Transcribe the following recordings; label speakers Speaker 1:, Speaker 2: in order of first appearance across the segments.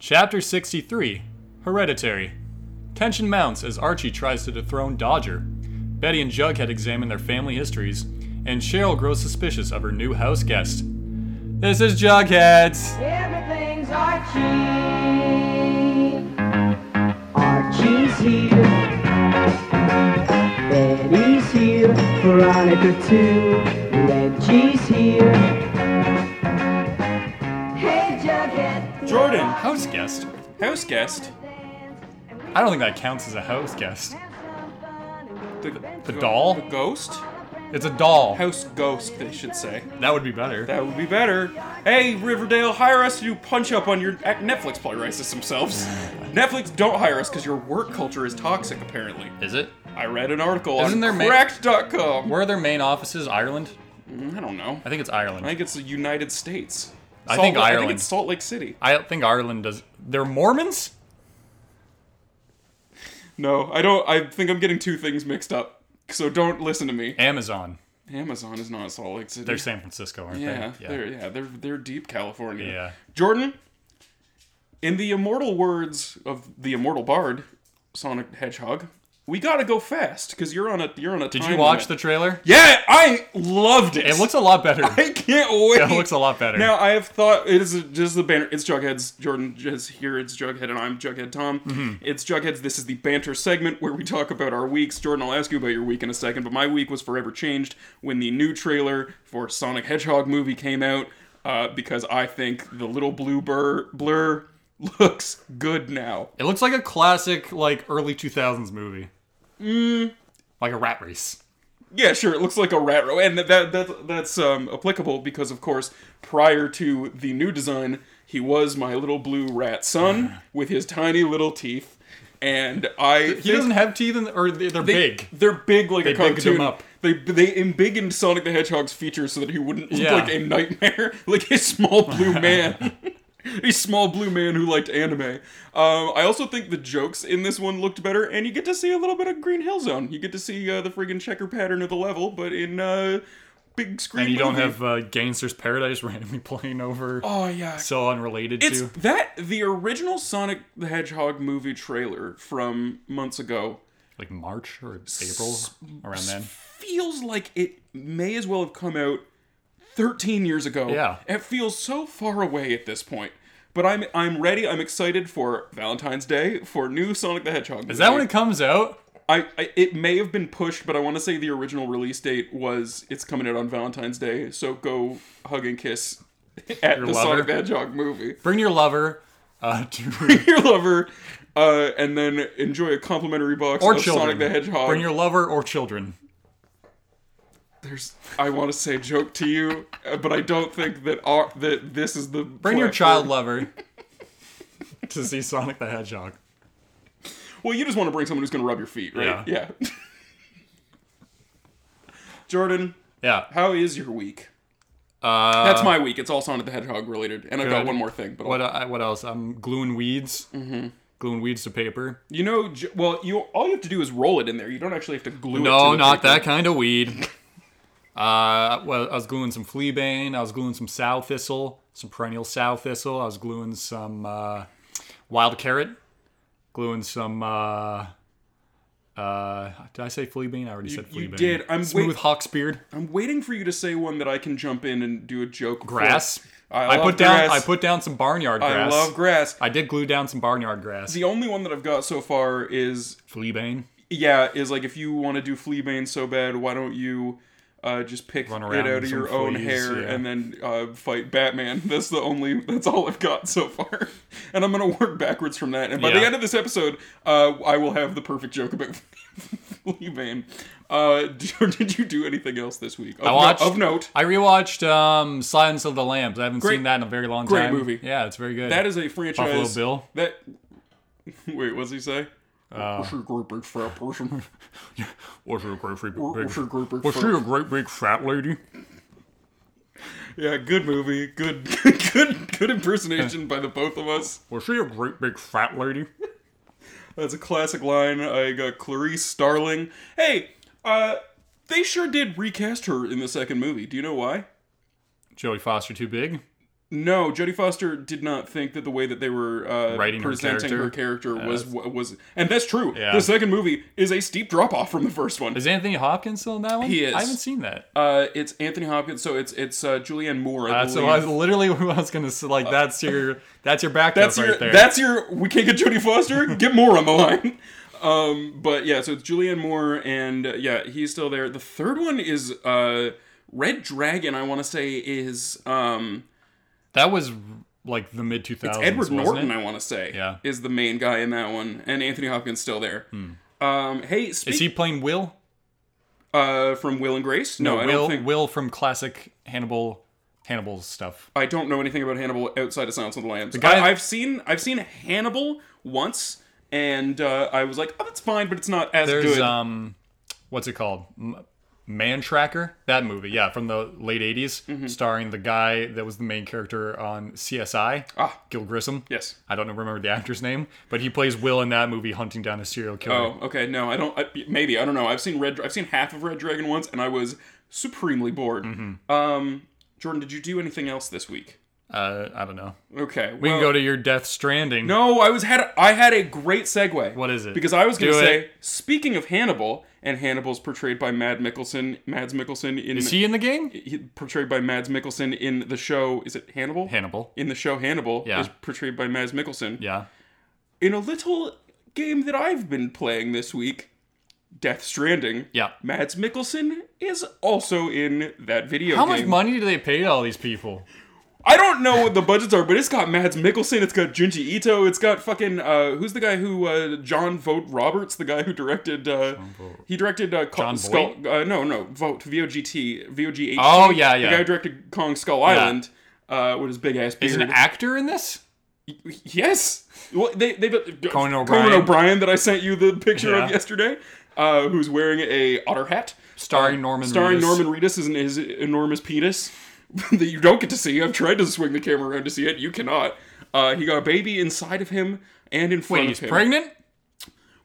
Speaker 1: Chapter 63 Hereditary. Tension mounts as Archie tries to dethrone Dodger. Betty and Jughead examine their family histories, and Cheryl grows suspicious of her new house guest. This is Jughead!
Speaker 2: Everything's Archie. Archie's here. Betty's here. Veronica too. Reggie's here. Hey, Jughead.
Speaker 3: Jordan,
Speaker 1: House guest?
Speaker 3: house guest.
Speaker 1: I don't think that counts as a house guest.
Speaker 3: The,
Speaker 1: The doll?
Speaker 3: The ghost?
Speaker 1: It's a doll.
Speaker 3: House ghost, they should say.
Speaker 1: That would be better.
Speaker 3: That would be better. Hey, Riverdale, hire us to do punch up on your. at- Netflix probably writes this themselves. Netflix, don't hire us because your work culture is toxic, apparently.
Speaker 1: Is it?
Speaker 3: I read an article
Speaker 1: Isn't there
Speaker 3: on
Speaker 1: ma-
Speaker 3: cracked.com.
Speaker 1: Where are their main offices? Ireland?
Speaker 3: Mm, I don't know.
Speaker 1: I think it's
Speaker 3: I
Speaker 1: Ireland.
Speaker 3: think it's the United States.
Speaker 1: I think
Speaker 3: Salt- I
Speaker 1: Ireland.
Speaker 3: think it's Salt Lake City.
Speaker 1: I think Ireland does. They're Mormons?
Speaker 3: No, I don't. I think I'm getting two things mixed up. So don't listen to me.
Speaker 1: Amazon.
Speaker 3: Amazon is not Salt Lake City.
Speaker 1: They're San Francisco, aren't
Speaker 3: Yeah,
Speaker 1: they?
Speaker 3: they're yeah, they're they're deep California.
Speaker 1: Yeah.
Speaker 3: Jordan, in the immortal words of the immortal bard, Sonic the Hedgehog, we gotta go fast because you're on a you're on a.
Speaker 1: Did you watch the trailer?
Speaker 3: Yeah, I loved it.
Speaker 1: It looks a lot better.
Speaker 3: I can't wait.
Speaker 1: It looks a lot better.
Speaker 3: Now I have thought it is just the banner. It's Jughead's Jordan is here. It's Jughead and I'm Jughead Tom. It's Jughead's. This is the banter segment where we talk about our weeks. Jordan, I'll ask you about your week in a second, but my week was forever changed when the new trailer for Sonic Hedgehog movie came out uh, because I think the little blue blur blur looks good now.
Speaker 1: It looks like a classic, like early two thousands movie. Mm. Like a rat race.
Speaker 3: Yeah, sure. It looks like a rat row, and that, that, that that's um, applicable because, of course, prior to the new design, he was my little blue rat son with his tiny little teeth, and I
Speaker 1: He doesn't have teeth, in, or they- they're big.
Speaker 3: They're big like a
Speaker 1: They bigged him
Speaker 3: cartoon.
Speaker 1: up.
Speaker 3: They they embiggened Sonic the Hedgehog's features so that he wouldn't look
Speaker 1: Yeah.
Speaker 3: like a nightmare, like a small blue man. A small blue man who liked anime. Um, I also think the jokes in this one looked better, and you get to see a little bit of Green Hill Zone. You get to see uh, the friggin' checker pattern of the level, but in uh, big screen.
Speaker 1: And you don't
Speaker 3: movie.
Speaker 1: have uh, Gangster's Paradise randomly playing over.
Speaker 3: Oh yeah,
Speaker 1: So unrelated
Speaker 3: it's
Speaker 1: to.
Speaker 3: that the original Sonic the Hedgehog movie trailer from months ago
Speaker 1: Like March or April, around then.
Speaker 3: feels like it may as well have come out 13 years ago.
Speaker 1: Yeah.
Speaker 3: It feels so far away at this point. But I'm I'm ready. I'm excited for Valentine's Day for new Sonic the Hedgehog.
Speaker 1: Is that when it comes out?
Speaker 3: I, I it may have been pushed, but I want to say the original release date was it's coming out on Valentine's Day. So go hug and kiss at the
Speaker 1: lover?
Speaker 3: Sonic the Hedgehog movie.
Speaker 1: Bring your lover uh, to.
Speaker 3: Your lover, uh, and then enjoy a complimentary box
Speaker 1: Or
Speaker 3: of
Speaker 1: children.
Speaker 3: Sonic the Hedgehog.
Speaker 1: Bring your lover or children.
Speaker 3: There's, I want to say joke to you, uh, but I don't think that our, that this is the
Speaker 1: Bring your child lover to see Sonic the Hedgehog.
Speaker 3: Well, you just want to bring someone who's going to rub your feet, right?
Speaker 1: Yeah.
Speaker 3: yeah. Jordan,
Speaker 1: Yeah.
Speaker 3: how is your week?
Speaker 1: Uh,
Speaker 3: That's my week. It's all Sonic the Hedgehog related, and I've got
Speaker 1: good.
Speaker 3: one more thing. But I'll-
Speaker 1: What, uh, what else? I'm gluing weeds. Mm-hmm. Gluing weeds to paper.
Speaker 3: you know, J- well, you all you have to do is roll it in there. You don't actually have to glue it.
Speaker 1: No,
Speaker 3: to the
Speaker 1: not that
Speaker 3: paper.
Speaker 1: kind of weed. Uh, well, I was gluing some fleabane. I was gluing some sow thistle, some perennial sow thistle. I was gluing some uh, wild carrot. Gluing some. Uh, uh, did I say fleabane? I already said
Speaker 3: you
Speaker 1: fleabane.
Speaker 3: did. I'm
Speaker 1: smooth
Speaker 3: wait-
Speaker 1: hawksbeard
Speaker 3: I'm waiting for you to say one that I can jump in and do a joke. for.
Speaker 1: grass.
Speaker 3: I, love
Speaker 1: put down. I
Speaker 3: grass.
Speaker 1: put down some barnyard
Speaker 3: I
Speaker 1: grass.
Speaker 3: love grass.
Speaker 1: I did glue down some barnyard grass.
Speaker 3: The only one that I've got so far is
Speaker 1: Fleabane.
Speaker 3: yeah is like if you want to do fleabane so bad why don't you uh, just pick it
Speaker 1: Run
Speaker 3: out
Speaker 1: around
Speaker 3: of
Speaker 1: with
Speaker 3: your
Speaker 1: some
Speaker 3: own
Speaker 1: fleas,
Speaker 3: hair
Speaker 1: yeah.
Speaker 3: and then uh, fight batman that's the only that's all i've got so far and i'm gonna work backwards from that and by the
Speaker 1: Yeah.
Speaker 3: end of this episode uh, i will have the perfect joke about fleabane uh, did did you do anything else this week of,
Speaker 1: I watched.
Speaker 3: no, of note
Speaker 1: I rewatched um, Silence of the Lambs. I haven't
Speaker 3: Great-
Speaker 1: seen that in a very long
Speaker 3: great
Speaker 1: time.
Speaker 3: movie.
Speaker 1: Yeah, it's very good.
Speaker 3: that is a franchise
Speaker 1: Buffalo Bill. Uh,
Speaker 3: that wait what's he say What's your great big fat person?
Speaker 1: Was she a great big,
Speaker 3: What's your great big
Speaker 1: was she
Speaker 3: fat-
Speaker 1: a great big fat lady?
Speaker 3: Yeah, good movie. Good, good, good impersonation by the both of us.
Speaker 1: Was she a great big fat lady?
Speaker 3: That's a classic line. I got Clarice Starling. Hey, uh, they sure did recast her in the second movie. Do you know why?
Speaker 1: Joey Foster too big?
Speaker 3: No, Jodie Foster did not think that the way that they were uh,
Speaker 1: Writing her
Speaker 3: presenting
Speaker 1: character?
Speaker 3: her character, was was, and that's true.
Speaker 1: Yeah.
Speaker 3: The second movie is a steep drop off from the first one.
Speaker 1: Is Anthony Hopkins still in that one?
Speaker 3: He is.
Speaker 1: I haven't seen that.
Speaker 3: Uh, it's Anthony Hopkins, so it's it's uh, Julianne Moore. I
Speaker 1: Uh, so I
Speaker 3: believe. Uh,
Speaker 1: was literally what I was gonna say. Like that's your that's your backup
Speaker 3: that's
Speaker 1: right
Speaker 3: your
Speaker 1: there.
Speaker 3: that's your we can't get Jodie Foster get Moore on the line. Um, but yeah, so it's Julianne Moore and uh, yeah, he's still there. The third one is uh, Red Dragon. I want to say is um,
Speaker 1: that was like the mid 2000s.
Speaker 3: Edward
Speaker 1: wasn't
Speaker 3: Norton.
Speaker 1: It?
Speaker 3: I want to say
Speaker 1: Yeah. Hmm.
Speaker 3: is the main guy in that one, and Anthony Hopkins still there. Um, hey, speak,
Speaker 1: Is he playing Will?
Speaker 3: uh, from Will and Grace? No, I
Speaker 1: Will
Speaker 3: don't think
Speaker 1: Will from classic Hannibal Hannibal's stuff.
Speaker 3: I don't know anything about Hannibal outside of Silence of the Lambs.
Speaker 1: guy-
Speaker 3: I, have seen I've seen Hannibal once, and uh, I was like, oh, that's fine, but it's not as
Speaker 1: There's
Speaker 3: good.
Speaker 1: um, what's it called? M- Man Tracker. That movie, yeah, from the late 80s,
Speaker 3: Mm-hmm.
Speaker 1: starring the guy that was the main character on CSI,
Speaker 3: Ah.
Speaker 1: Gil Grissom.
Speaker 3: yes.
Speaker 1: I don't remember the actor's name, but he plays Will in that movie, hunting down a serial killer.
Speaker 3: Oh, okay. No, I don't. I, maybe I don't know. I've seen Red. I've seen half of Red Dragon once, and I was supremely bored.
Speaker 1: Mm-hmm.
Speaker 3: Um, Jordan, did you do anything else this week?
Speaker 1: Uh, I don't know.
Speaker 3: Okay,
Speaker 1: We can go to your Death Stranding.
Speaker 3: No, I was had I had a great segue.
Speaker 1: What is it?
Speaker 3: Because I was going
Speaker 1: Do
Speaker 3: to
Speaker 1: it.
Speaker 3: say, speaking of Hannibal, and Hannibal's portrayed by Mad Mickelson. Mads Mickelson in
Speaker 1: Is he in the game?
Speaker 3: he- portrayed by Mads Mikkelsen in the show. Is it Hannibal?
Speaker 1: Hannibal.
Speaker 3: In the show Hannibal
Speaker 1: Yeah.
Speaker 3: is portrayed by Mads Mikkelsen.
Speaker 1: Yeah.
Speaker 3: In a little game that I've been playing this week, Death Stranding.
Speaker 1: Yeah.
Speaker 3: Mads Mikkelsen is also in that video
Speaker 1: How
Speaker 3: game.
Speaker 1: much money do they pay to all these people?
Speaker 3: I don't know what the budgets are, but it's got Mads Mikkelsen, it's got Junji Ito, it's got fucking uh, who's the guy who uh, John Vogt Roberts, the guy who directed uh, he directed uh, Kong
Speaker 1: John
Speaker 3: Skull. Uh, no, no, Vogt V O G T V O G H.
Speaker 1: Oh, yeah, yeah.
Speaker 3: The guy who directed Kong Skull Island uh, with his big ass
Speaker 1: Is
Speaker 3: beard.
Speaker 1: an actor in this?
Speaker 3: yes. Well, they they
Speaker 1: Conan O'Brien.
Speaker 3: O'Brien that I sent you the picture
Speaker 1: Yeah.
Speaker 3: of yesterday, uh, who's wearing a otter hat.
Speaker 1: Starring Norman
Speaker 3: Uh, Starring
Speaker 1: Reedus.
Speaker 3: Norman Reedus is his enormous penis that you don't get to see. I've tried to swing the camera around to see it. You cannot. Uh, he got a baby inside of him and in front
Speaker 1: Wait,
Speaker 3: of
Speaker 1: he's
Speaker 3: him.
Speaker 1: pregnant?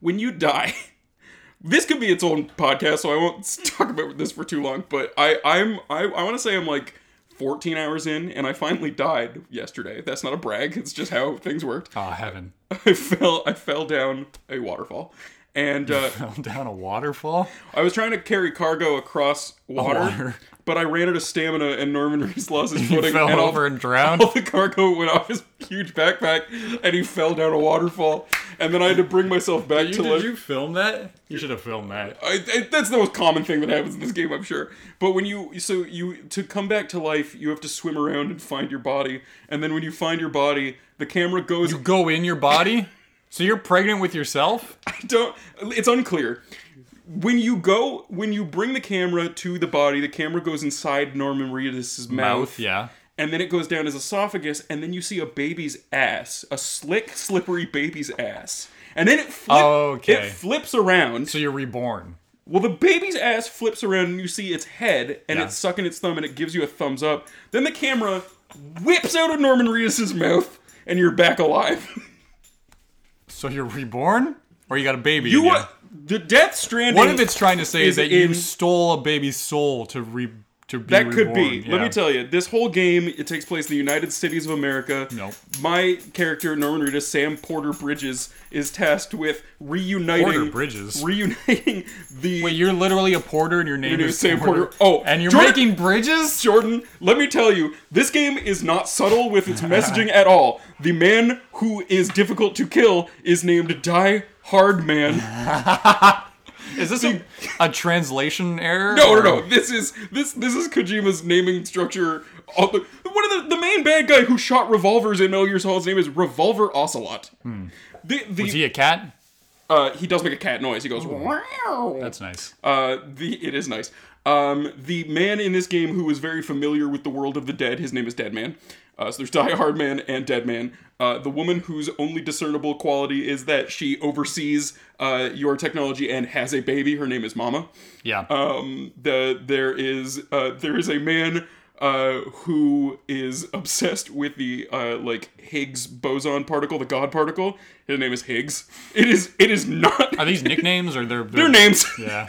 Speaker 3: When you die, this could be its own podcast, so I won't talk about this for too long. But I, I'm, I, I want to say I'm like 14 hours in, and I finally died yesterday. That's not a brag. It's just how things worked.
Speaker 1: Oh, heaven.
Speaker 3: I fell, I fell down a waterfall, and uh,
Speaker 1: Fell down a waterfall?
Speaker 3: I was trying to carry cargo across water,
Speaker 1: water.
Speaker 3: but I ran out of stamina, and Norman Reese lost his
Speaker 1: You
Speaker 3: footing,
Speaker 1: fell
Speaker 3: and all-
Speaker 1: over and drowned?
Speaker 3: all the cargo went off his huge backpack, and he fell down a waterfall. And then I had to bring myself back to life.
Speaker 1: film that? You should have filmed that.
Speaker 3: I, I, that's the most common thing that happens in this game, I'm sure. But when you so you to come back to life, you have to swim around and find your body, and then when you find your body, the camera goes.
Speaker 1: You go in your body? So you're pregnant with yourself?
Speaker 3: I don't. It's unclear. When you go, when you bring the camera to the body, the camera goes inside Norman Reedus' mouth,
Speaker 1: yeah.
Speaker 3: and then it goes down his esophagus, and then you see a baby's ass, a slick, slippery baby's ass, and then it flip,
Speaker 1: Okay.
Speaker 3: it flips around.
Speaker 1: So you're reborn.
Speaker 3: Well, the baby's ass flips around and you see its head and
Speaker 1: Yeah.
Speaker 3: it's sucking its thumb and it gives you a thumbs up. Then the camera whips out of Norman Reedus' mouth and you're back alive.
Speaker 1: So you're reborn? Or you got a baby?
Speaker 3: You
Speaker 1: in
Speaker 3: are the Death Stranding.
Speaker 1: What if it's trying to say
Speaker 3: is
Speaker 1: that you
Speaker 3: in-
Speaker 1: stole a baby's soul to re to be
Speaker 3: that could be.
Speaker 1: reborn?
Speaker 3: Let
Speaker 1: Yeah.
Speaker 3: me tell you, this whole game it takes place in the United States of America.
Speaker 1: Nope.
Speaker 3: My character Norman Reedus, Sam Porter Bridges, is tasked with reuniting
Speaker 1: Porter Bridges?
Speaker 3: reuniting the
Speaker 1: Wait, you're literally a porter and your name
Speaker 3: name
Speaker 1: is
Speaker 3: is Sam
Speaker 1: Porter.
Speaker 3: Porter. Oh,
Speaker 1: and you're
Speaker 3: Jordan-
Speaker 1: making bridges?
Speaker 3: Jordan, let me tell you, this game is not subtle with its messaging at all. The man who is difficult to kill is named Die Hard Man.
Speaker 1: Is this a, a translation error?
Speaker 3: No, no,
Speaker 1: or-
Speaker 3: no. This is this this is Kojima's naming structure. All the- One of the the main bad guy who shot revolvers in Metal Gear Solid's name is Revolver Ocelot. The, the,
Speaker 1: Is he a cat?
Speaker 3: uh, he does make a cat noise. He goes. "Wow."
Speaker 1: That's nice.
Speaker 3: Uh, the it is nice. Um, the man in this game who is very familiar with the world of the dead, his name is Dead Man. Uh, so there's Die Hard Man and Dead Man. Uh, the woman whose only discernible quality is that she oversees uh, your technology and has a baby. Her name is Mama.
Speaker 1: Yeah.
Speaker 3: Um, the there is uh, there is a man uh, who is obsessed with the uh, like Higgs boson particle, the God particle. His name is Higgs. It is it is not
Speaker 1: Are these nicknames or they're
Speaker 3: their names.
Speaker 1: Yeah.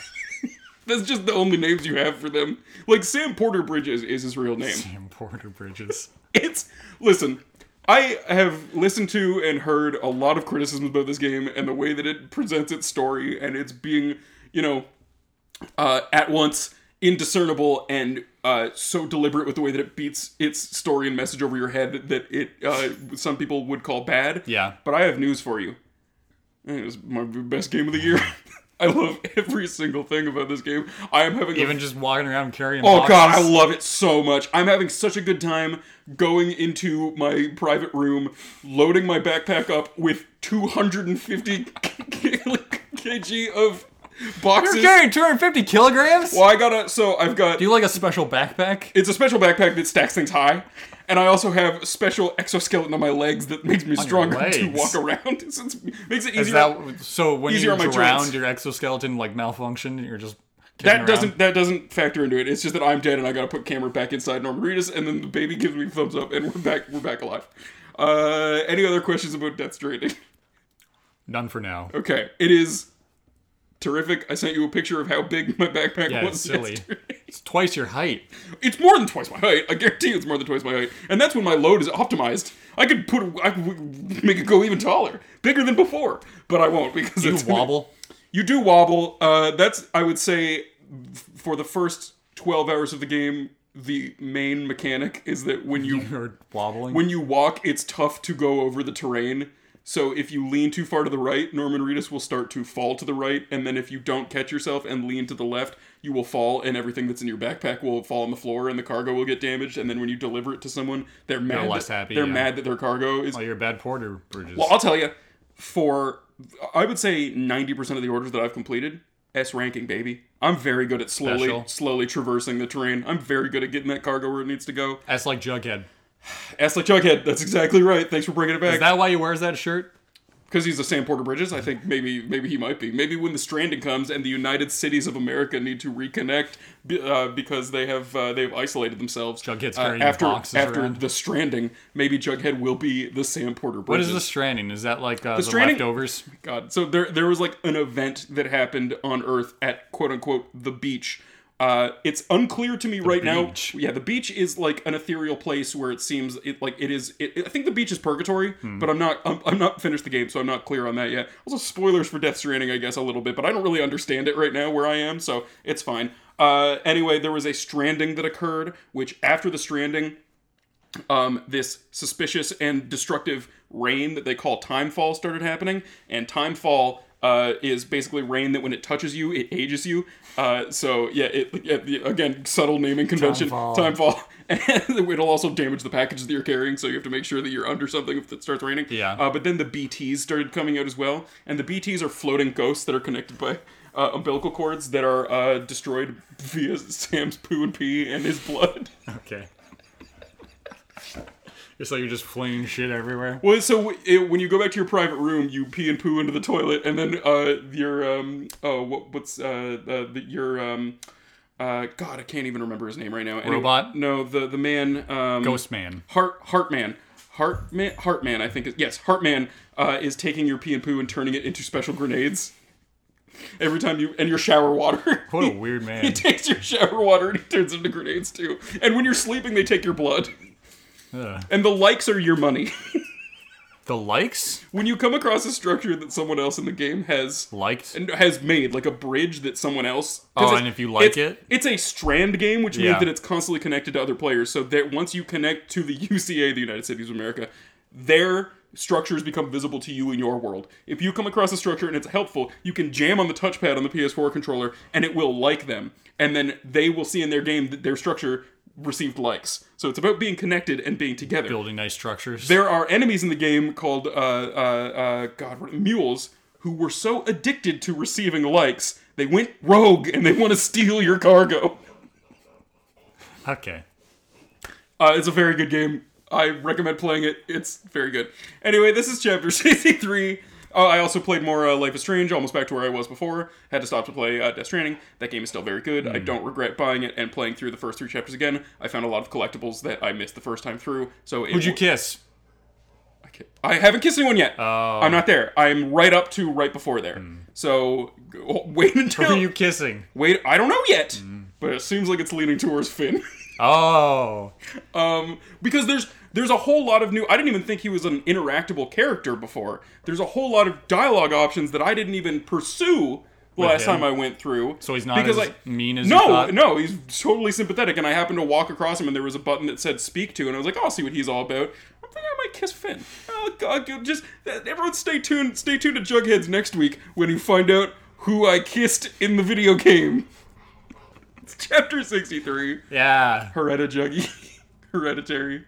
Speaker 3: That's just the only names you have for them. Like Sam Porter Bridges is his real name.
Speaker 1: Sam Porter Bridges.
Speaker 3: It's listen. I have listened to and heard a lot of criticisms about this game and the way that it presents its story and it's being, you know, uh, at once indiscernible and uh, so deliberate with the way that it beats its story and message over your head that it uh, some people would call bad.
Speaker 1: Yeah.
Speaker 3: But I have news for you. It was my best game of the year. I love every single thing about this game. I am having a
Speaker 1: Even just walking around carrying.
Speaker 3: Oh god, I
Speaker 1: boxes.
Speaker 3: love it so much. I'm having such a good time going into my private room, loading my backpack up with 250 kg of
Speaker 1: You're
Speaker 3: boxes.
Speaker 1: carrying 250 kilograms.
Speaker 3: Well, I gotta. So I've got.
Speaker 1: Do you like a special backpack?
Speaker 3: It's a special backpack that stacks things high, and I also have special exoskeleton on my legs that makes me stronger to
Speaker 1: legs?
Speaker 3: walk around. It's, it's, makes it
Speaker 1: Is
Speaker 3: easier.
Speaker 1: that so? When
Speaker 3: easier
Speaker 1: you
Speaker 3: on my
Speaker 1: drown,
Speaker 3: joints.
Speaker 1: your exoskeleton like malfunction, and you're just kicking
Speaker 3: That
Speaker 1: around?
Speaker 3: doesn't that doesn't factor into it. It's just that I'm dead and I gotta put camera back inside Norman Reedus, and then the baby gives me thumbs up, and we're back we're back alive. Uh, any other questions about Death Stranding?
Speaker 1: None for now.
Speaker 3: Okay, it is terrific. I sent you a picture of how big my backpack
Speaker 1: Yeah,
Speaker 3: was.
Speaker 1: it's silly.
Speaker 3: yesterday.
Speaker 1: It's twice your height.
Speaker 3: It's more than twice my height. I guarantee it's more than twice my height, and that's when my load is optimized. I could put I could make it go even taller, bigger than before, but I won't because
Speaker 1: You
Speaker 3: it's
Speaker 1: wobble.
Speaker 3: You do wobble. Uh, that's I would say f- for the first twelve hours of the game, the main mechanic is that when you
Speaker 1: You're wobbling.
Speaker 3: when you walk, it's tough to go over the terrain. So if you lean too far to the right, Norman Reedus will start to fall to the right, and then if you don't catch yourself and lean to the left, you will fall, and everything that's in your backpack will fall on the floor, and the cargo will get damaged. And then when you deliver it to someone, they're mad.
Speaker 1: less
Speaker 3: that,
Speaker 1: happy,
Speaker 3: They're
Speaker 1: yeah.
Speaker 3: mad that their cargo is
Speaker 1: oh, you're bad porter bridges.
Speaker 3: well, I'll tell you, for I would say ninety percent of the orders that I've completed, S ranking, baby. I'm very good at slowly,
Speaker 1: Special.
Speaker 3: slowly traversing the terrain. I'm very good at getting that cargo where it needs to go.
Speaker 1: That's like Jughead.
Speaker 3: S like Jughead. That's exactly right. Thanks for bringing it
Speaker 1: Is
Speaker 3: back.
Speaker 1: that why he wears that shirt?
Speaker 3: Because he's a Sam Porter Bridges, I think maybe maybe he might be. Maybe when the stranding comes and the United Cities of America need to reconnect be- uh, because they have uh, they've isolated themselves.
Speaker 1: Jughead's
Speaker 3: uh,
Speaker 1: carrying
Speaker 3: after
Speaker 1: boxes
Speaker 3: after
Speaker 1: around.
Speaker 3: the stranding, maybe Jughead will be the Sam Porter
Speaker 1: What
Speaker 3: Bridges.
Speaker 1: is the stranding? Is that like uh, the,
Speaker 3: Stranding-
Speaker 1: leftovers?
Speaker 3: God. So there there was like an event that happened on Earth at quote unquote the beach. Uh, it's unclear to me right
Speaker 1: beach.
Speaker 3: now. Yeah, the beach is like an ethereal place where it seems it like it is. It, I think the beach is purgatory, but I'm not. I'm, I'm not finished the game, so I'm not clear on that yet. Also, spoilers for Death Stranding, I guess a little bit, but I don't really understand it right now where I am, so it's fine. Uh, anyway, there was a stranding that occurred, which after the stranding, um, this suspicious and destructive rain that they call timefall started happening. And timefall uh, is basically rain that when it touches you, it ages you. Uh, so yeah, it, yeah, the- again subtle naming convention.
Speaker 1: Timefall.
Speaker 3: Timefall. And it'll also damage the packages that you're carrying, so you have to make sure that you're under something if it starts raining.
Speaker 1: Yeah.
Speaker 3: Uh, but then the BTS started coming out as well, and the BTS are floating ghosts that are connected by. Uh, umbilical cords that are uh, destroyed via Sam's poo and pee and his blood.
Speaker 1: Okay. It's like you're just flinging shit everywhere.
Speaker 3: Well, so w- it, when you go back to your private room, you pee and poo into the toilet, and then uh, your um, oh, what, what's uh, uh the, your um, uh, God, I can't even remember his name right now. Anyway,
Speaker 1: Robot?
Speaker 3: no, the the man. Um,
Speaker 1: Ghost man.
Speaker 3: Heart Heartman. Heartman Heartman, I think is yes, Heartman uh, is taking your pee and poo and turning it into special grenades. Every time you and your shower water.
Speaker 1: What a weird
Speaker 3: He
Speaker 1: man.
Speaker 3: takes your shower water and he turns it into grenades too. And when you're sleeping, they take your blood.
Speaker 1: Ugh.
Speaker 3: And the likes are your money.
Speaker 1: The likes
Speaker 3: when you come across a structure that someone else in the game has
Speaker 1: liked.
Speaker 3: and has made like a bridge that someone else 'cause
Speaker 1: Oh,
Speaker 3: it's-
Speaker 1: and if you like
Speaker 3: it's-
Speaker 1: it?
Speaker 3: it's a strand game which means
Speaker 1: Yeah.
Speaker 3: that it's constantly connected to other players so that once you connect to the uca the united cities of america their structures become visible to you in your world if you come across a structure and it's helpful you can jam on the touchpad on the ps4 controller and it will like them and then they will see in their game that their structure received likes so it's about being connected and being together
Speaker 1: building nice structures.
Speaker 3: there are enemies in the game called uh, uh, uh, God what- mules who were so addicted to receiving likes they went rogue and they want to steal your cargo.
Speaker 1: okay.
Speaker 3: Uh, it's a very good game. I recommend playing it. It's very good. Anyway, this is chapter 63. Uh, I also played more uh, Life is Strange, almost back to where I was before. Had to stop to play uh, Death Stranding. That game is still very good. I don't regret buying it and playing through the first three chapters again. I found a lot of collectibles that I missed the first time through. So it
Speaker 1: Would you
Speaker 3: wa-
Speaker 1: kiss?
Speaker 3: I can't- I haven't kissed anyone yet.
Speaker 1: Oh.
Speaker 3: I'm not there. I'm right up to right before there. So g- wait
Speaker 1: Hmm. Who
Speaker 3: until
Speaker 1: are you Hmm. kissing?
Speaker 3: wait. I don't know yet, but it seems like it's leaning towards Finn.
Speaker 1: Oh,
Speaker 3: um, because there's There's a whole lot of new. I didn't even think he was an interactable character before. There's a whole lot of dialogue options that I didn't even pursue the last
Speaker 1: him?
Speaker 3: time I went through.
Speaker 1: So he's not as mean as you
Speaker 3: no,
Speaker 1: thought?
Speaker 3: no. He's totally sympathetic, and I happened to walk across him, and there was a button that said "Speak to," and I was like, "Oh, "I'll see what he's all about." I'm thinking I might kiss Finn. Oh God! God, Just everyone, stay tuned. Stay tuned to Jugheads next week when you find out who I kissed in the video game. It's chapter sixty-three.
Speaker 1: Yeah.
Speaker 3: Hereditary. Hereditary.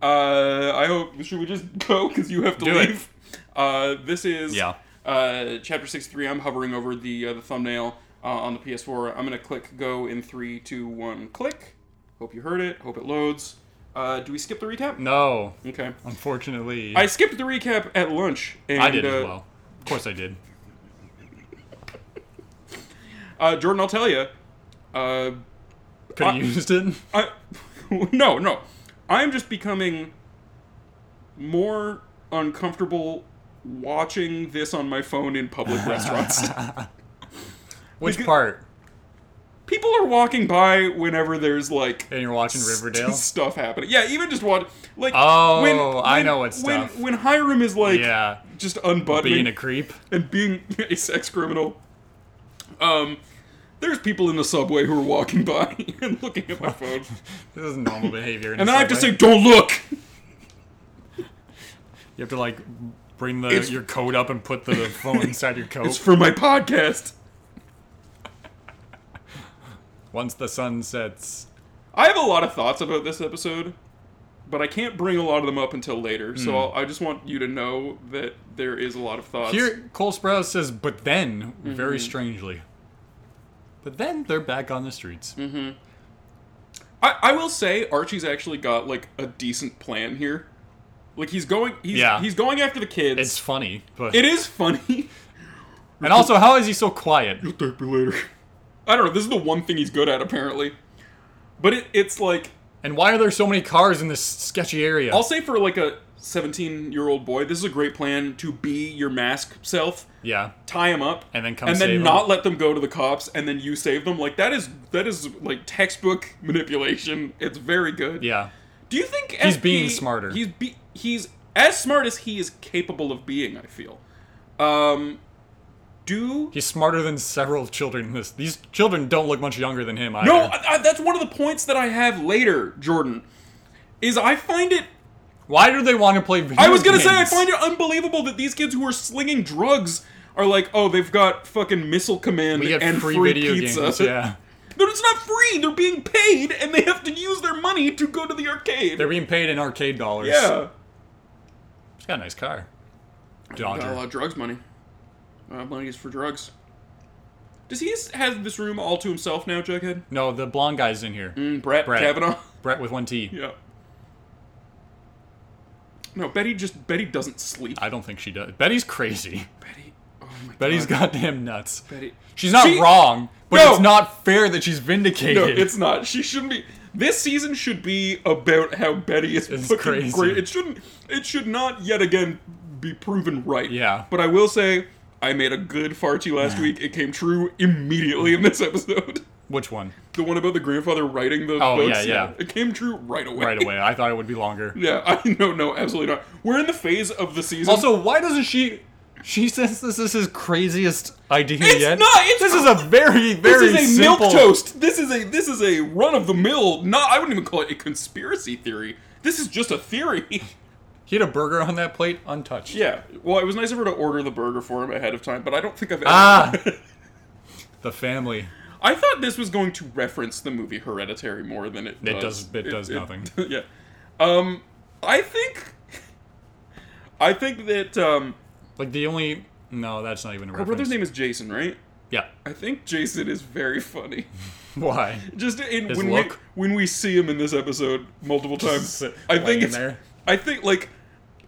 Speaker 3: Uh, I hope. Should we just go? Because you have to
Speaker 1: Do it.
Speaker 3: leave. Uh, this is
Speaker 1: Yeah.
Speaker 3: uh, chapter 63. I'm hovering over the, uh, the thumbnail uh, on the PS4. I'm going to click go in three, two, one. click. Hope you heard it. Hope it loads. Uh, do we skip the recap?
Speaker 1: No.
Speaker 3: Okay.
Speaker 1: Unfortunately,
Speaker 3: I skipped the recap at lunch. And,
Speaker 1: I did
Speaker 3: uh,
Speaker 1: as well. Of course I did.
Speaker 3: Uh, Jordan, I'll tell you. Uh,
Speaker 1: Could have
Speaker 3: I-
Speaker 1: used it.
Speaker 3: I no no, I'm just becoming more uncomfortable watching this on my phone in public restaurants.
Speaker 1: Which
Speaker 3: could-
Speaker 1: part?
Speaker 3: People are walking by whenever there's like
Speaker 1: And you're watching Riverdale.
Speaker 3: stuff happening. Yeah, even just watch like
Speaker 1: Oh, I know what
Speaker 3: when
Speaker 1: stuff.
Speaker 3: when Hiram is like
Speaker 1: yeah.
Speaker 3: just unbuttoning
Speaker 1: Being a creep.
Speaker 3: and being a sex criminal. Um, there's people in the subway who are walking by and looking at my phone,
Speaker 1: This is normal behavior. in
Speaker 3: and
Speaker 1: a
Speaker 3: then I have to say,
Speaker 1: subway.
Speaker 3: "Don't look."
Speaker 1: you have to like bring the
Speaker 3: It's-
Speaker 1: your coat up and put the phone inside your coat.
Speaker 3: It's for my podcast.
Speaker 1: Once the sun sets.
Speaker 3: I have a lot of thoughts about this episode, but I can't bring a lot of them up until later. So
Speaker 1: Hmm.
Speaker 3: I'll, I just want you to know that there is a lot of thoughts.
Speaker 1: Here, Cole Sprouse says, but then, very strangely. But then they're back on the streets.
Speaker 3: I, I will say Archie's actually got like a decent plan here. Like he's going, he's,
Speaker 1: Yeah.
Speaker 3: he's going after the kids.
Speaker 1: It's funny, but
Speaker 3: it is funny.
Speaker 1: and also how is he so quiet?
Speaker 3: You'll thank me later. I don't know. This is the one thing he's good at apparently. But it, it's like
Speaker 1: And why are there so many cars in this sketchy area?
Speaker 3: I'll say for like a 17 year old boy, this is a great plan to be your mask self.
Speaker 1: yeah,
Speaker 3: tie him up
Speaker 1: And then come
Speaker 3: and then
Speaker 1: save 'em.
Speaker 3: not let them go to the cops and then you save them like that is that is like textbook manipulation it's very good
Speaker 1: yeah.
Speaker 3: do you think
Speaker 1: He's
Speaker 3: SP
Speaker 1: being smarter.
Speaker 3: he's be, he's as smart as he is capable of being i feel um do
Speaker 1: He's smarter than several children. in This these children don't look much younger than him. Either.
Speaker 3: no I, I, that's one of the points that i have later jordan is i find it
Speaker 1: why do they want to play? Video
Speaker 3: I was gonna say I
Speaker 1: games?
Speaker 3: find it unbelievable that these kids who are slinging drugs are like, oh, they've got fucking missile command
Speaker 1: We get
Speaker 3: and
Speaker 1: free,
Speaker 3: free,
Speaker 1: video
Speaker 3: pizza.
Speaker 1: games. Yeah,
Speaker 3: No, it's not free. They're being paid, and they have to use their money to go to the arcade.
Speaker 1: they're being paid in arcade dollars.
Speaker 3: yeah.
Speaker 1: he's got a nice car.
Speaker 3: Got a lot
Speaker 1: Dodger.
Speaker 3: of drugs money. Uh, money is for drugs. Does he have this room all to himself now, Jughead?
Speaker 1: No, the blonde guy's in here.
Speaker 3: Mm, Brett,
Speaker 1: Brett.
Speaker 3: Kavanaugh.
Speaker 1: Brett with one T.
Speaker 3: yeah. No, Betty just Betty doesn't sleep.
Speaker 1: I don't think she does. Betty's crazy.
Speaker 3: Betty. Oh my
Speaker 1: Betty's
Speaker 3: God.
Speaker 1: goddamn nuts.
Speaker 3: Betty.
Speaker 1: She's not
Speaker 3: She-
Speaker 1: wrong, but
Speaker 3: No.
Speaker 1: it's not fair that she's vindicated.
Speaker 3: No, it's not. She shouldn't be. This season should be about how Betty is
Speaker 1: It's
Speaker 3: fucking
Speaker 1: crazy.
Speaker 3: great. It shouldn't. It should not yet again be proven right.
Speaker 1: Yeah.
Speaker 3: But I will say, I made a good farty last week. It came true immediately in this episode.
Speaker 1: Which one?
Speaker 3: The one about the grandfather writing the
Speaker 1: Oh,
Speaker 3: books.
Speaker 1: yeah, yeah.
Speaker 3: It came true right away.
Speaker 1: Right away. I thought it would be longer.
Speaker 3: Yeah. I no no absolutely not. We're in the phase of the season.
Speaker 1: Also, why doesn't she? She says this is his craziest idea
Speaker 3: It's
Speaker 1: yet.
Speaker 3: not, it's-
Speaker 1: this is a very,
Speaker 3: this
Speaker 1: very
Speaker 3: is a
Speaker 1: simple.
Speaker 3: milk toast. This is a this is a run of the mill. Not I wouldn't even call it a conspiracy theory. This is just a theory.
Speaker 1: He had a burger on that plate, untouched.
Speaker 3: Yeah. Well, it was nice of her to order the burger for him ahead of time, but I don't think I've ever.
Speaker 1: Ah. The family.
Speaker 3: I thought this was going to reference the movie Hereditary more than it.
Speaker 1: It
Speaker 3: does.
Speaker 1: does- it does nothing.
Speaker 3: yeah. Um, I think. I think that um,
Speaker 1: Like the only. No, that's not even a
Speaker 3: her
Speaker 1: reference.
Speaker 3: brother's name is Jason, right?
Speaker 1: Yeah.
Speaker 3: I think Jason is very funny.
Speaker 1: Why?
Speaker 3: Just in,
Speaker 1: His
Speaker 3: when
Speaker 1: look?
Speaker 3: we when we see him in this episode multiple times,
Speaker 1: sit
Speaker 3: I
Speaker 1: laying
Speaker 3: think it's.
Speaker 1: there.
Speaker 3: I think like,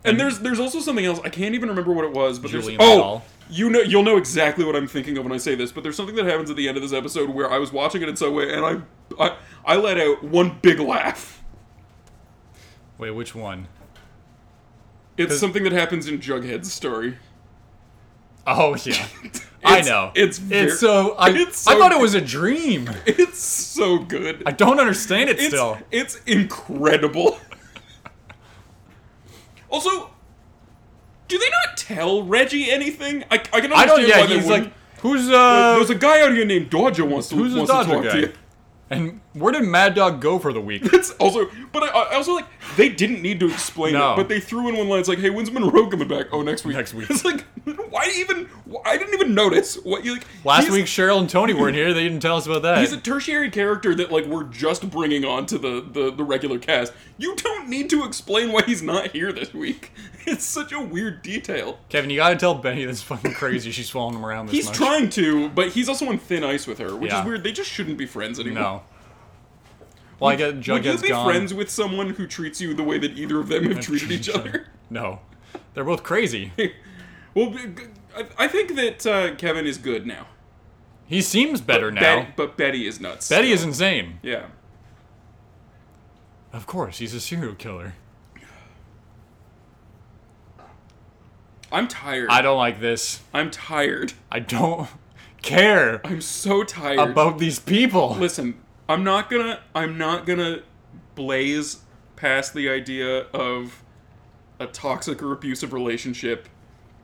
Speaker 3: and there's there's also something else. I can't even remember what it was, but
Speaker 1: Julian
Speaker 3: there's oh,
Speaker 1: Bell.
Speaker 3: you know you'll know exactly what I'm thinking of when I say this. But there's something that happens at the end of this episode where I was watching it in Subway and I I, I let out one big laugh.
Speaker 1: Wait, which one?
Speaker 3: It's something that happens in Jughead's story.
Speaker 1: Oh yeah. I
Speaker 3: It's-
Speaker 1: know.
Speaker 3: it's ver-
Speaker 1: it's so I
Speaker 3: it's
Speaker 1: I
Speaker 3: so
Speaker 1: thought it
Speaker 3: good.
Speaker 1: was a dream.
Speaker 3: It's so good.
Speaker 1: I don't understand it
Speaker 3: it's
Speaker 1: still.
Speaker 3: it's incredible. Also, do they not tell Reggie anything? I, I can understand
Speaker 1: I don't.
Speaker 3: why
Speaker 1: Yeah,
Speaker 3: they
Speaker 1: he's
Speaker 3: wouldn't.
Speaker 1: like, who's uh,
Speaker 3: There's a guy out here named Dodger wants to,
Speaker 1: who's the
Speaker 3: wants to
Speaker 1: Dodger
Speaker 3: talk to
Speaker 1: guy?
Speaker 3: you.
Speaker 1: And where did Mad Dog go for the week?
Speaker 3: It's also, but I, I also like they didn't need to explain
Speaker 1: No.
Speaker 3: it, but they threw in one line. It's like, hey, when's Monroe coming back? Oh, next week.
Speaker 1: Next week.
Speaker 3: It's like, why even? wh- I didn't even notice what you like.
Speaker 1: Last
Speaker 3: he's-
Speaker 1: week, Cheryl and Tony weren't here. They didn't tell us about that.
Speaker 3: He's a tertiary character that like we're just bringing on to the, the the regular cast. You don't need to explain why he's not here this week. It's such a weird detail.
Speaker 1: Kevin, you gotta tell Benny that's fucking crazy. She's following him around this
Speaker 3: He's
Speaker 1: much.
Speaker 3: trying to, but he's also on thin ice with her, which
Speaker 1: Yeah.
Speaker 3: is weird. They just shouldn't be friends anymore.
Speaker 1: No. Well, I get
Speaker 3: Would you
Speaker 1: Jughead's
Speaker 3: be
Speaker 1: gone.
Speaker 3: friends with someone who treats you the way that either of them have treated each other?
Speaker 1: No, they're both crazy.
Speaker 3: Well, b- g- I- I think that uh, Kevin is good now.
Speaker 1: He seems better now.
Speaker 3: Bet- but Betty is nuts.
Speaker 1: Betty is insane.
Speaker 3: Yeah.
Speaker 1: Of course, he's a serial killer.
Speaker 3: I'm tired.
Speaker 1: I don't like this.
Speaker 3: I'm tired.
Speaker 1: I don't care
Speaker 3: I'm so tired.
Speaker 1: about these people.
Speaker 3: Listen, I'm not gonna. I'm not gonna blaze past the idea of a toxic or abusive relationship.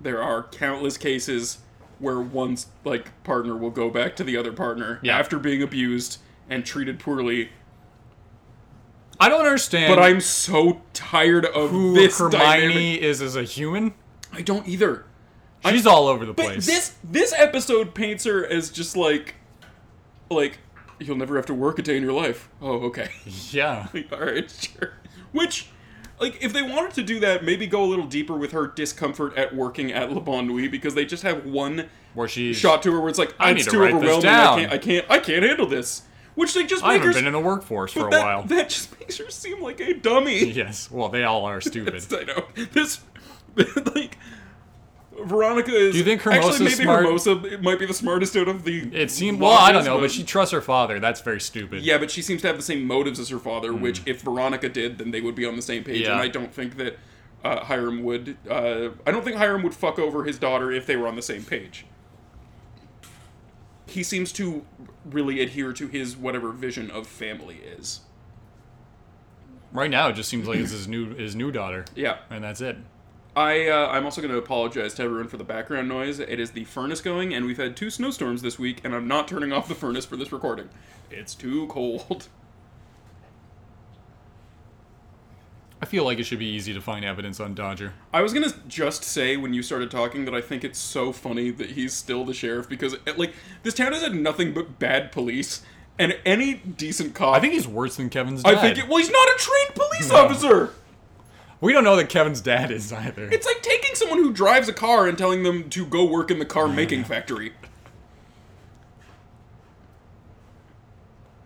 Speaker 3: There are countless cases where one's like partner will go back to the other partner
Speaker 1: Yeah.
Speaker 3: after being abused and treated poorly.
Speaker 1: I don't understand
Speaker 3: But I'm so tired of
Speaker 1: who
Speaker 3: this
Speaker 1: Hermione
Speaker 3: dynamic.
Speaker 1: is as a human.
Speaker 3: I don't either.
Speaker 1: She's all over the
Speaker 3: But
Speaker 1: place.
Speaker 3: this this episode paints her as just like, like you'll never have to work a day in your life. Oh, okay.
Speaker 1: yeah.
Speaker 3: Like, All right, sure. Which, like, if they wanted to do that, maybe go a little deeper with her discomfort at working at Le Bon Nuit because they just have one
Speaker 1: Where she's
Speaker 3: shot to her where it's like, "Ah,
Speaker 1: I
Speaker 3: it's
Speaker 1: need to
Speaker 3: too
Speaker 1: write this
Speaker 3: overwhelming.
Speaker 1: down."
Speaker 3: I can't, I can't, I can't handle this. Which they just
Speaker 1: I
Speaker 3: make her.
Speaker 1: haven't been in the workforce for a
Speaker 3: but that,
Speaker 1: while.
Speaker 3: that just makes her seem like a dummy.
Speaker 1: yes. Well, they all are stupid.
Speaker 3: It's- I know this, like. Veronica is.
Speaker 1: Do you think Hermosa's
Speaker 3: actually maybe
Speaker 1: smart?
Speaker 3: Hermosa it might be the smartest out of the.
Speaker 1: It seems. Well, I don't know, but
Speaker 3: Lawless,
Speaker 1: she trusts her father. That's very stupid.
Speaker 3: Yeah, but she seems to have the same motives as her father, which if Veronica did, then they would be on the same page.
Speaker 1: Yeah.
Speaker 3: And I don't think that uh, Hiram would. Uh, I don't think Hiram would fuck over his daughter if they were on the same page. He seems to really adhere to his whatever vision of family is.
Speaker 1: Right now, it just seems like it's his new his new daughter,
Speaker 3: Yeah,
Speaker 1: and that's it.
Speaker 3: I uh, I'm also going to apologize to everyone for the background noise. It is the furnace going, and we've had two snowstorms this week, and I'm not turning off the furnace for this recording. It's too cold.
Speaker 1: I feel like it should be easy to find evidence on Dodger.
Speaker 3: I was gonna just say when you started talking that I think it's so funny that he's still the sheriff because like this town has had nothing but bad police and any decent cop.
Speaker 1: I think he's worse than Kevin's
Speaker 3: I
Speaker 1: dad.
Speaker 3: think it, well he's not a trained police officer.
Speaker 1: we don't know that Kevin's dad is either.
Speaker 3: It's like taking someone who drives a car and telling them to go work in the car making factory.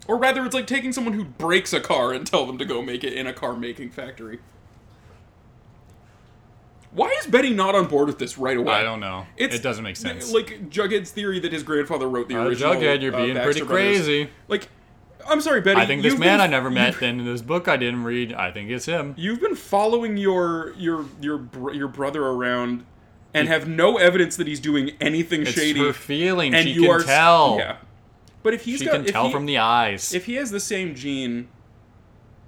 Speaker 3: Or rather, it's like taking someone who breaks a car and tell them to go make it in a car making factory. Why is Betty not on board with this right away?
Speaker 1: I don't know. it doesn't make
Speaker 3: th-
Speaker 1: sense.
Speaker 3: Like Jughead's theory that his grandfather wrote the
Speaker 1: Uh,
Speaker 3: original.
Speaker 1: Jughead, you're
Speaker 3: uh,
Speaker 1: being pretty
Speaker 3: Baxter Brothers.
Speaker 1: crazy.
Speaker 3: Like, I'm sorry, Betty.
Speaker 1: I think this
Speaker 3: you've
Speaker 1: man
Speaker 3: been-
Speaker 1: I never met, and this book I didn't read, I think it's him.
Speaker 3: You've been following your your your br- your brother around, and have no evidence that he's doing anything
Speaker 1: It's
Speaker 3: shady.
Speaker 1: her feeling.
Speaker 3: and
Speaker 1: she
Speaker 3: you
Speaker 1: can
Speaker 3: are s-
Speaker 1: tell.
Speaker 3: Yeah, but if he's
Speaker 1: she
Speaker 3: got,
Speaker 1: can
Speaker 3: if
Speaker 1: tell
Speaker 3: he,
Speaker 1: from the eyes.
Speaker 3: if he has the same gene,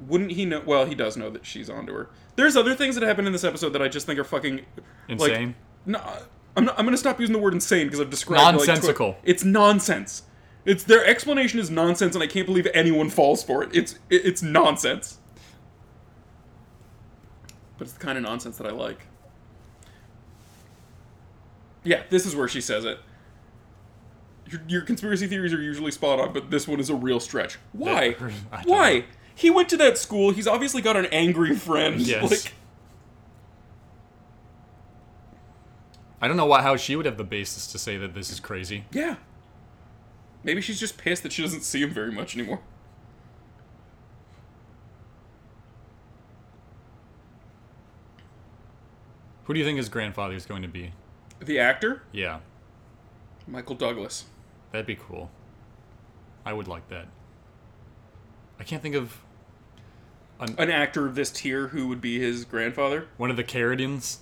Speaker 3: wouldn't he know? Well, he does know that she's onto her. There's other things that happen in this episode that I just think are fucking like,
Speaker 1: Insane.
Speaker 3: no, I'm not, I'm gonna stop using the word insane because I've described like, tw-
Speaker 1: Nonsensical.
Speaker 3: it's nonsense. It's their explanation is nonsense, and I can't believe anyone falls for it. It's it- it's nonsense. But it's the kind of nonsense that I like. Yeah, this is where she says it. Your, your conspiracy theories are usually spot on, but this one is a real stretch. Why?
Speaker 1: I don't know.
Speaker 3: Why? He went to that school. He's obviously got an angry friend.
Speaker 1: Yes.
Speaker 3: Like,
Speaker 1: I don't know why, how she would have the basis to say that this is crazy.
Speaker 3: Yeah. Maybe she's just pissed that she doesn't see him very much anymore.
Speaker 1: Who do you think his grandfather is going to be?
Speaker 3: The actor,
Speaker 1: Yeah,
Speaker 3: Michael Douglas.
Speaker 1: that'd be cool. I would like that. I can't think of
Speaker 3: An actor of this tier who would be his grandfather.
Speaker 1: one of the Carradines.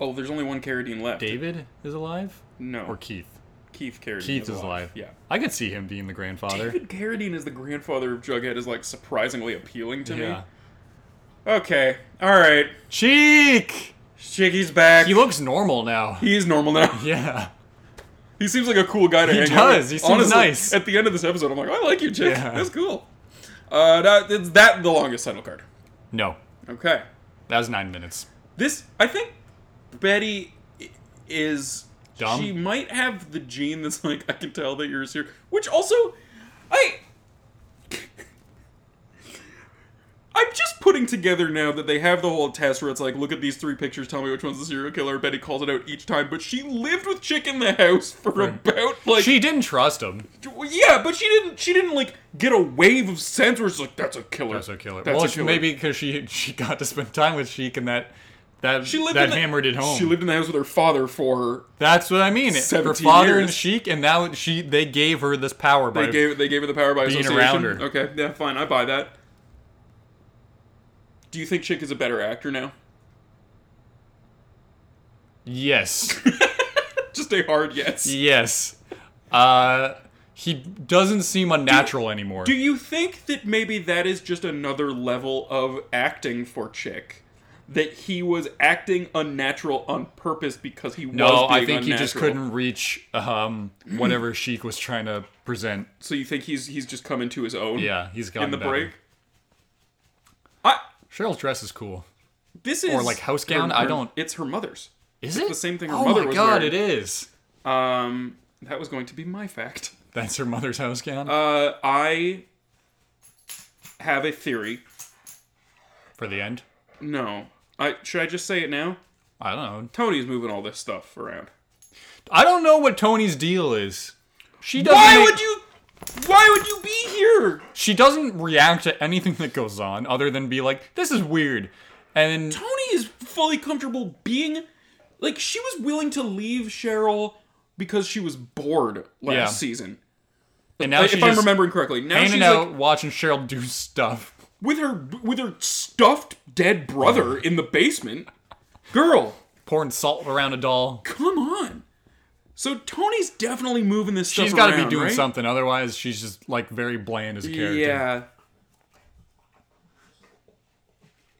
Speaker 3: Oh, there's only one Carradine left.
Speaker 1: David is alive,
Speaker 3: No.
Speaker 1: or Keith.
Speaker 3: Keith Carradine.
Speaker 1: Keith is alive.
Speaker 3: Yeah.
Speaker 1: I could see him being the grandfather.
Speaker 3: David Carradine as the grandfather of Jughead is like surprisingly appealing to me.
Speaker 1: yeah,
Speaker 3: Okay. All right.
Speaker 1: Cheek!
Speaker 3: Shiggy's back.
Speaker 1: He looks normal now.
Speaker 3: he is normal now.
Speaker 1: Yeah.
Speaker 3: He seems like a cool guy to hang out with.
Speaker 1: does. He seems
Speaker 3: Honestly,
Speaker 1: nice.
Speaker 3: At the end of this episode, I'm like, I like you, Jake.
Speaker 1: Yeah.
Speaker 3: That's cool. Uh, that, it's that the longest title card.
Speaker 1: No.
Speaker 3: Okay.
Speaker 1: That was nine minutes.
Speaker 3: This, I think, Betty i- is.
Speaker 1: Dumb?
Speaker 3: She might have the gene that's like, I can tell that you're a serial. Which also, I. I'm just putting together now that they have the whole test where it's like, look at these three pictures, tell me which one's the serial killer. Betty calls it out each time, but she lived with Chick in the house for about like
Speaker 1: She didn't trust him.
Speaker 3: well, Yeah, but she didn't. She didn't like get a wave of sense where it's like that's a killer.
Speaker 1: That's a killer.
Speaker 3: That's
Speaker 1: well,
Speaker 3: a killer.
Speaker 1: maybe because she she got to spend time with Sheik and that that
Speaker 3: she lived
Speaker 1: that
Speaker 3: in the,
Speaker 1: hammered it home.
Speaker 3: She lived in the house with her father for.
Speaker 1: That's what I mean. Her
Speaker 3: 17
Speaker 1: father and
Speaker 3: years.
Speaker 1: Sheik, and now she they gave her this power by
Speaker 3: They gave they gave her the power by
Speaker 1: Being
Speaker 3: association.
Speaker 1: around her.
Speaker 3: Okay, yeah, fine, I buy that. Do you think Chick is a better actor now?
Speaker 1: yes,
Speaker 3: Just a hard yes.
Speaker 1: yes. Uh, he doesn't seem unnatural anymore.
Speaker 3: Do you think that maybe that is just another level of acting for Chick? That he was acting unnatural on purpose because he was.
Speaker 1: no, I
Speaker 3: being
Speaker 1: think he just
Speaker 3: unnatural?
Speaker 1: couldn't reach um whatever Sheik was trying to present.
Speaker 3: So you think he's he's just come into his own?
Speaker 1: Yeah, he's gotten
Speaker 3: in the
Speaker 1: better.
Speaker 3: break. I
Speaker 1: Cheryl's dress is cool.
Speaker 3: this is
Speaker 1: Or, like, house gown? I don't-
Speaker 3: It's her mother's.
Speaker 1: Is it
Speaker 3: the same thing her
Speaker 1: oh
Speaker 3: mother
Speaker 1: my
Speaker 3: was
Speaker 1: god,
Speaker 3: wearing.
Speaker 1: it is.
Speaker 3: Um, that was going to be my fact.
Speaker 1: That's her mother's house gown
Speaker 3: Uh, I have a theory.
Speaker 1: for the end.
Speaker 3: No, I should I just say it now.
Speaker 1: I don't know.
Speaker 3: Tony's moving all this stuff around.
Speaker 1: I don't know what Tony's deal is. She doesn't.
Speaker 3: Why
Speaker 1: make-
Speaker 3: would you? Why would you be here?
Speaker 1: She doesn't react to anything that goes on other than be like, "This is weird," and
Speaker 3: Tony is fully comfortable being like she was willing to leave Cheryl because she was bored last
Speaker 1: Yeah.
Speaker 3: season.
Speaker 1: and now
Speaker 3: if
Speaker 1: she's
Speaker 3: I'm
Speaker 1: just
Speaker 3: remembering correctly, now she's
Speaker 1: hanging
Speaker 3: like,
Speaker 1: out watching Cheryl do stuff.
Speaker 3: with her with her stuffed dead brother in the basement. Girl,
Speaker 1: Pouring salt around a doll.
Speaker 3: come on. So Tony's definitely moving this stuff.
Speaker 1: She's got to
Speaker 3: around,
Speaker 1: be doing
Speaker 3: right?
Speaker 1: something, otherwise she's just like very bland as a character.
Speaker 3: Yeah.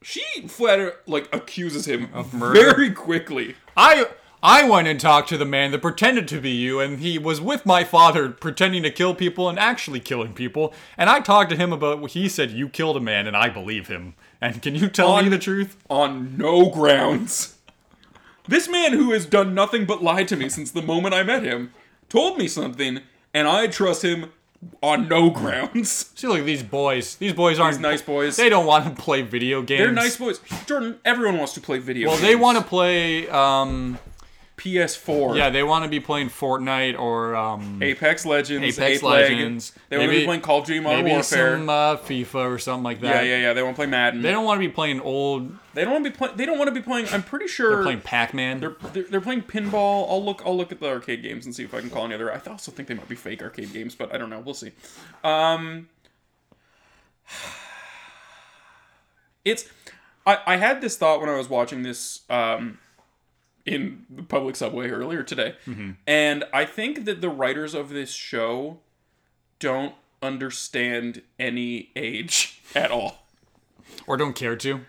Speaker 3: She flat out, like accuses him of
Speaker 1: murder?
Speaker 3: very quickly.
Speaker 1: I I went and talked to the man that pretended to be you, and he was with my father pretending to kill people and actually killing people. And I talked to him about what he said. You killed a man, and I believe him. And can you tell me
Speaker 3: On-
Speaker 1: the truth?
Speaker 3: on no grounds. This man who has done nothing but lie to me since the moment I met him told me something, and I trust him on no grounds.
Speaker 1: See, look, these boys. These boys aren't
Speaker 3: nice boys.
Speaker 1: They don't want to play video games.
Speaker 3: They're nice boys. Jordan, everyone wants to play video
Speaker 1: Well,
Speaker 3: games.
Speaker 1: they want to play. Um,
Speaker 3: PS4,
Speaker 1: yeah, they want to be playing Fortnite or um,
Speaker 3: Apex Legends,
Speaker 1: Apex
Speaker 3: Ape Leg.
Speaker 1: Legends.
Speaker 3: They want to
Speaker 1: Maybe-
Speaker 3: be playing Call of Duty Modern
Speaker 1: maybe
Speaker 3: Warfare.
Speaker 1: some uh, FIFA or something like
Speaker 3: yeah,
Speaker 1: that.
Speaker 3: yeah, yeah. They want to play Madden.
Speaker 1: They don't want to be playing old.
Speaker 3: want to be playing. They don't want to be playing. I'm pretty sure
Speaker 1: Playing Pac-Man.
Speaker 3: They're, they're they're playing pinball. I'll look I'll look at the arcade games and see if I can call any other. I also think they might be fake arcade games, but I don't know. We'll see. Um, it's I I had this thought when I was watching this um in the public subway earlier today, and I think that the writers of this show don't understand any age at all.
Speaker 1: or don't care to.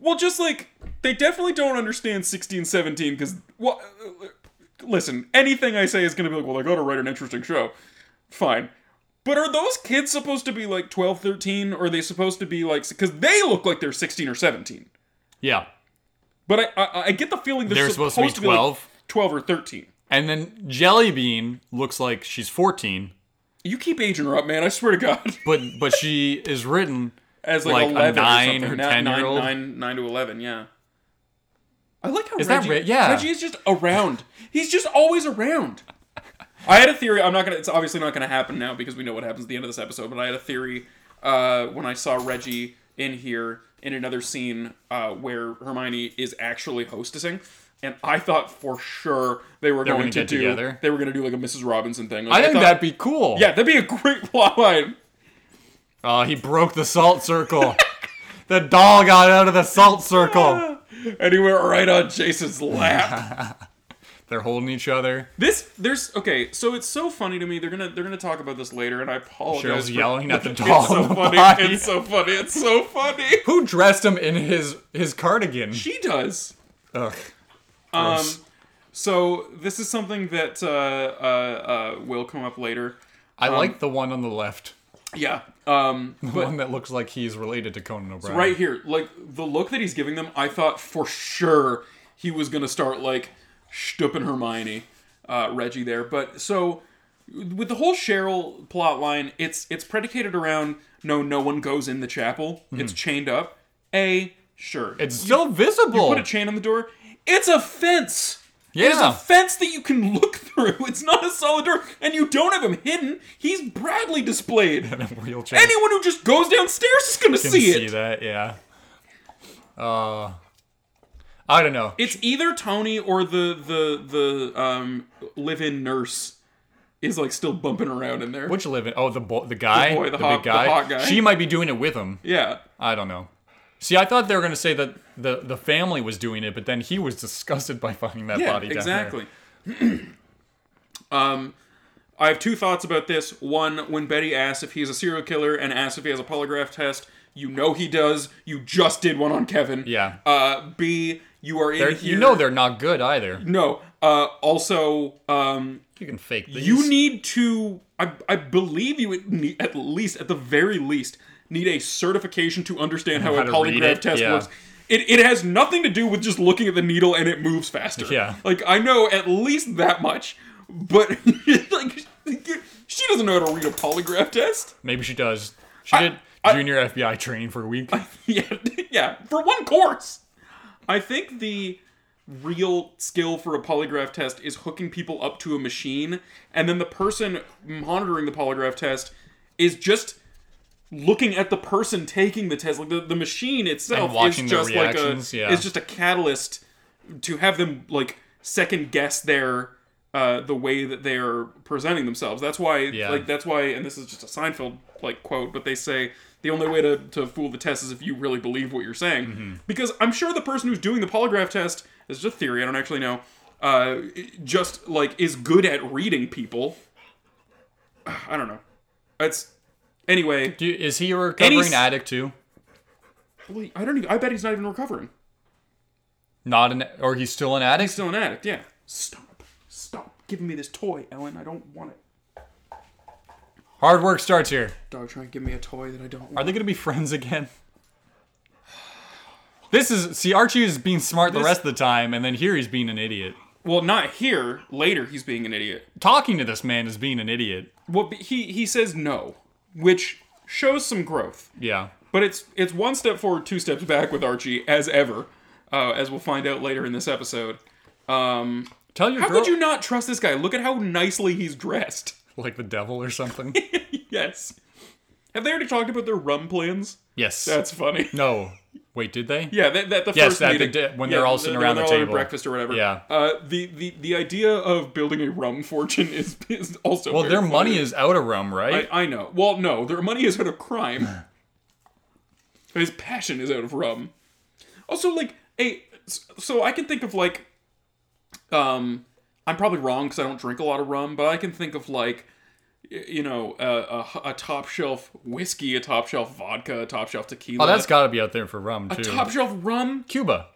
Speaker 3: Well, just like they definitely don't understand 16, 17 because well, uh, listen, anything I say is gonna be like, well, I gotta write an interesting show. Fine. But are those kids supposed to be like 12, 13, or are they supposed to be like because they look like they're 16 or 17?
Speaker 1: Yeah,
Speaker 3: But I I, I get the feeling they're,
Speaker 1: they're supposed to be
Speaker 3: like,
Speaker 1: twelve.
Speaker 3: 12 or 13.
Speaker 1: And then Jellybean looks like she's 14,
Speaker 3: You keep aging her up, man. I swear to God.
Speaker 1: but but she is written.
Speaker 3: As like,
Speaker 1: Like a
Speaker 3: 11
Speaker 1: nine
Speaker 3: or, something.
Speaker 1: or
Speaker 3: Na-
Speaker 1: 10-year-old?
Speaker 3: Nine, nine, nine to 11, yeah. I like how
Speaker 1: Is that
Speaker 3: Reggie,
Speaker 1: Re- yeah.
Speaker 3: Reggie is just around. He's just always around. I had a theory. I'm not gonna. It's obviously not gonna happen now because we know what happens at the end of this episode. But I had a theory uh, when I saw Reggie in here in another scene uh, where Hermione is actually hostessing, and I thought for sure they were
Speaker 1: were
Speaker 3: going
Speaker 1: gonna
Speaker 3: to
Speaker 1: get
Speaker 3: do.
Speaker 1: together?
Speaker 3: They were gonna do like a Mrs. Robinson thing. Like,
Speaker 1: I think
Speaker 3: thought-
Speaker 1: that'd be cool.
Speaker 3: Yeah, that'd be a great plot line.
Speaker 1: Oh, he broke the salt circle. the doll got out of the salt circle.
Speaker 3: Anywhere right on Jason's lap.
Speaker 1: They're holding each other.
Speaker 3: This there's okay, so it's so funny to me. They're gonna they're gonna talk about this later, and I apologize.
Speaker 1: Cheryl's
Speaker 3: for-
Speaker 1: yelling at the doll.
Speaker 3: It's so
Speaker 1: in the
Speaker 3: funny.
Speaker 1: body.
Speaker 3: It's so funny. It's so funny.
Speaker 1: Who dressed him in his his cardigan?
Speaker 3: She does.
Speaker 1: Ugh.
Speaker 3: Um,
Speaker 1: Gross.
Speaker 3: so this is something that uh, uh, uh, will come up later.
Speaker 1: I like the one on the left.
Speaker 3: Yeah. Um,
Speaker 1: The
Speaker 3: but
Speaker 1: one that looks like he's related to Conan O'Brien.
Speaker 3: right here, like the look that he's giving them, I thought for sure he was gonna start like stooping Hermione, uh, Reggie there. But so with the whole Cheryl plot line, it's it's predicated around no, no one goes in the chapel. It's chained up. A sure.
Speaker 1: Hmm. It's still visible.
Speaker 3: put a chain on the door. It's a fence. There's
Speaker 1: Yeah.
Speaker 3: a fence that you can look through. It's not a solid door, and you don't have him hidden. He's Bradley displayed.
Speaker 1: in a wheelchair.
Speaker 3: Anyone who just goes downstairs is gonna
Speaker 1: can
Speaker 3: see, it.
Speaker 1: that, yeah. Uh, I don't know.
Speaker 3: It's either Tony or the the the um live-in nurse is like still bumping around in there.
Speaker 1: Which live in? Oh, the bo- the guy,
Speaker 3: boy, the hot-
Speaker 1: big
Speaker 3: the
Speaker 1: guy.
Speaker 3: hot guy.
Speaker 1: She might be doing it with him.
Speaker 3: yeah.
Speaker 1: I don't know. See, I thought they were gonna say that the the family was doing it, but then he was disgusted by finding that
Speaker 3: Yeah,
Speaker 1: body down
Speaker 3: exactly. um, I have two thoughts about this. One, when Betty asks if he's a serial killer and asks if he has a polygraph test, you know he does. You just did one on Kevin.
Speaker 1: Yeah.
Speaker 3: Uh, B, you are in
Speaker 1: there. They're-
Speaker 3: here.
Speaker 1: You know they're not good either.
Speaker 3: no. Uh, also, um,
Speaker 1: You can fake these.
Speaker 3: you need to. I, I believe you would need, at least, at the very least, need a certification to understand how,
Speaker 1: How
Speaker 3: a
Speaker 1: to read
Speaker 3: polygraph
Speaker 1: it,
Speaker 3: test
Speaker 1: yeah.
Speaker 3: works. It, it has nothing to do with just looking at the needle and it moves faster.
Speaker 1: Yeah.
Speaker 3: Like, I know at least that much, but, like, she doesn't know how to read a polygraph test.
Speaker 1: Maybe she does. She
Speaker 3: I-
Speaker 1: did
Speaker 3: I-
Speaker 1: junior FBI training for a week.
Speaker 3: yeah, yeah, for one course. I think the real skill for a polygraph test is hooking people up to a machine, and then the person monitoring the polygraph test is just looking at the person taking the test. Like the, the machine itself
Speaker 1: And
Speaker 3: is
Speaker 1: watching their
Speaker 3: just like a
Speaker 1: reactions, yeah.
Speaker 3: is just a catalyst to have them like second guess their uh, the way that they are presenting themselves. That's why,
Speaker 1: Yeah.
Speaker 3: like, that's why, and this is just a Seinfeld like quote, but they say the only way to, to fool the test is if you really believe what you're saying. Because I'm sure the person who's doing the polygraph test this is a theory. I don't actually know. Uh, just like is good at reading people. I don't know. That's anyway.
Speaker 1: Do, is he a recovering
Speaker 3: Any s-
Speaker 1: addict too?
Speaker 3: I don't even. I bet he's not even recovering.
Speaker 1: Not an, or he's still an addict.
Speaker 3: Still an addict. Yeah. Stop. Stop giving me this toy, Ellen. I don't want it.
Speaker 1: Hard work starts here.
Speaker 3: Dog trying to give me a toy that I don't
Speaker 1: Are
Speaker 3: want.
Speaker 1: they gonna be friends again? This is see Archie is being smart the
Speaker 3: This-
Speaker 1: rest of the time, and then here he's being an idiot.
Speaker 3: Well, not here. Later, he's being an idiot.
Speaker 1: Talking to this man is being an idiot.
Speaker 3: Well, but he he says no, which shows some growth,
Speaker 1: Yeah,
Speaker 3: but it's it's one step forward, two steps back with Archie, as ever, uh, as we'll find out later in this episode. Um,
Speaker 1: tell your
Speaker 3: how
Speaker 1: girl
Speaker 3: could you not trust this guy? Look at how nicely he's dressed.
Speaker 1: like the devil or something.
Speaker 3: Yes. Have they already talked about their rum plans?
Speaker 1: yes.
Speaker 3: That's funny.
Speaker 1: no. Wait, did they?
Speaker 3: Yeah, that, that the
Speaker 1: Yes,
Speaker 3: first
Speaker 1: that
Speaker 3: meeting
Speaker 1: they did when they're all sitting
Speaker 3: when
Speaker 1: around
Speaker 3: they're
Speaker 1: the
Speaker 3: all at
Speaker 1: table.
Speaker 3: breakfast or whatever.
Speaker 1: Yeah.
Speaker 3: Uh, the, the the idea of building a rum fortune is, is also
Speaker 1: Well,
Speaker 3: very
Speaker 1: their money
Speaker 3: funny.
Speaker 1: is out of rum, right?
Speaker 3: I, I know. Well, no, their money is out of crime. His passion is out of rum. Also, like a so I can think of like, um, I'm probably wrong because I don't drink a lot of rum, but I can think of like, y- you know, a, a, a top shelf whiskey, a top shelf vodka, a top shelf tequila.
Speaker 1: oh, that's got to be out there for rum too.
Speaker 3: top shelf rum.
Speaker 1: Cuba.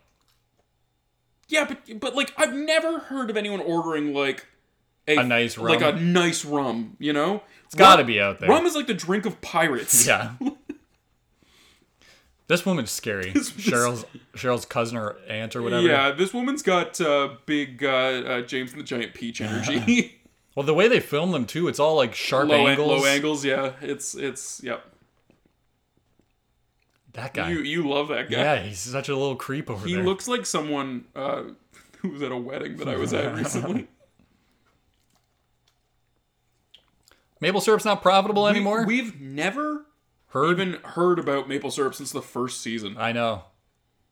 Speaker 3: Yeah, but but like I've never heard of anyone ordering like
Speaker 1: A nice
Speaker 3: like a
Speaker 1: rum.
Speaker 3: nice rum. You know, it's
Speaker 1: gotta be out there.
Speaker 3: Rum is like the drink of pirates.
Speaker 1: Yeah. this woman's scary.
Speaker 3: this-
Speaker 1: Cheryl's Cheryl's cousin or aunt or whatever.
Speaker 3: Yeah, this woman's got uh, big uh, uh, James and the Giant Peach energy.
Speaker 1: Well, the way they film them too, it's all like sharp
Speaker 3: low angles.
Speaker 1: angles.
Speaker 3: low angles. Yeah, it's it's yep.
Speaker 1: That guy.
Speaker 3: You you love that guy.
Speaker 1: yeah, he's such a little creep over
Speaker 3: he
Speaker 1: there.
Speaker 3: looks like someone uh, who was at a wedding that I was at recently.
Speaker 1: Maple syrup's not profitable anymore.
Speaker 3: We, have never
Speaker 1: Heard.
Speaker 3: even heard about maple syrup since the first season.
Speaker 1: I know.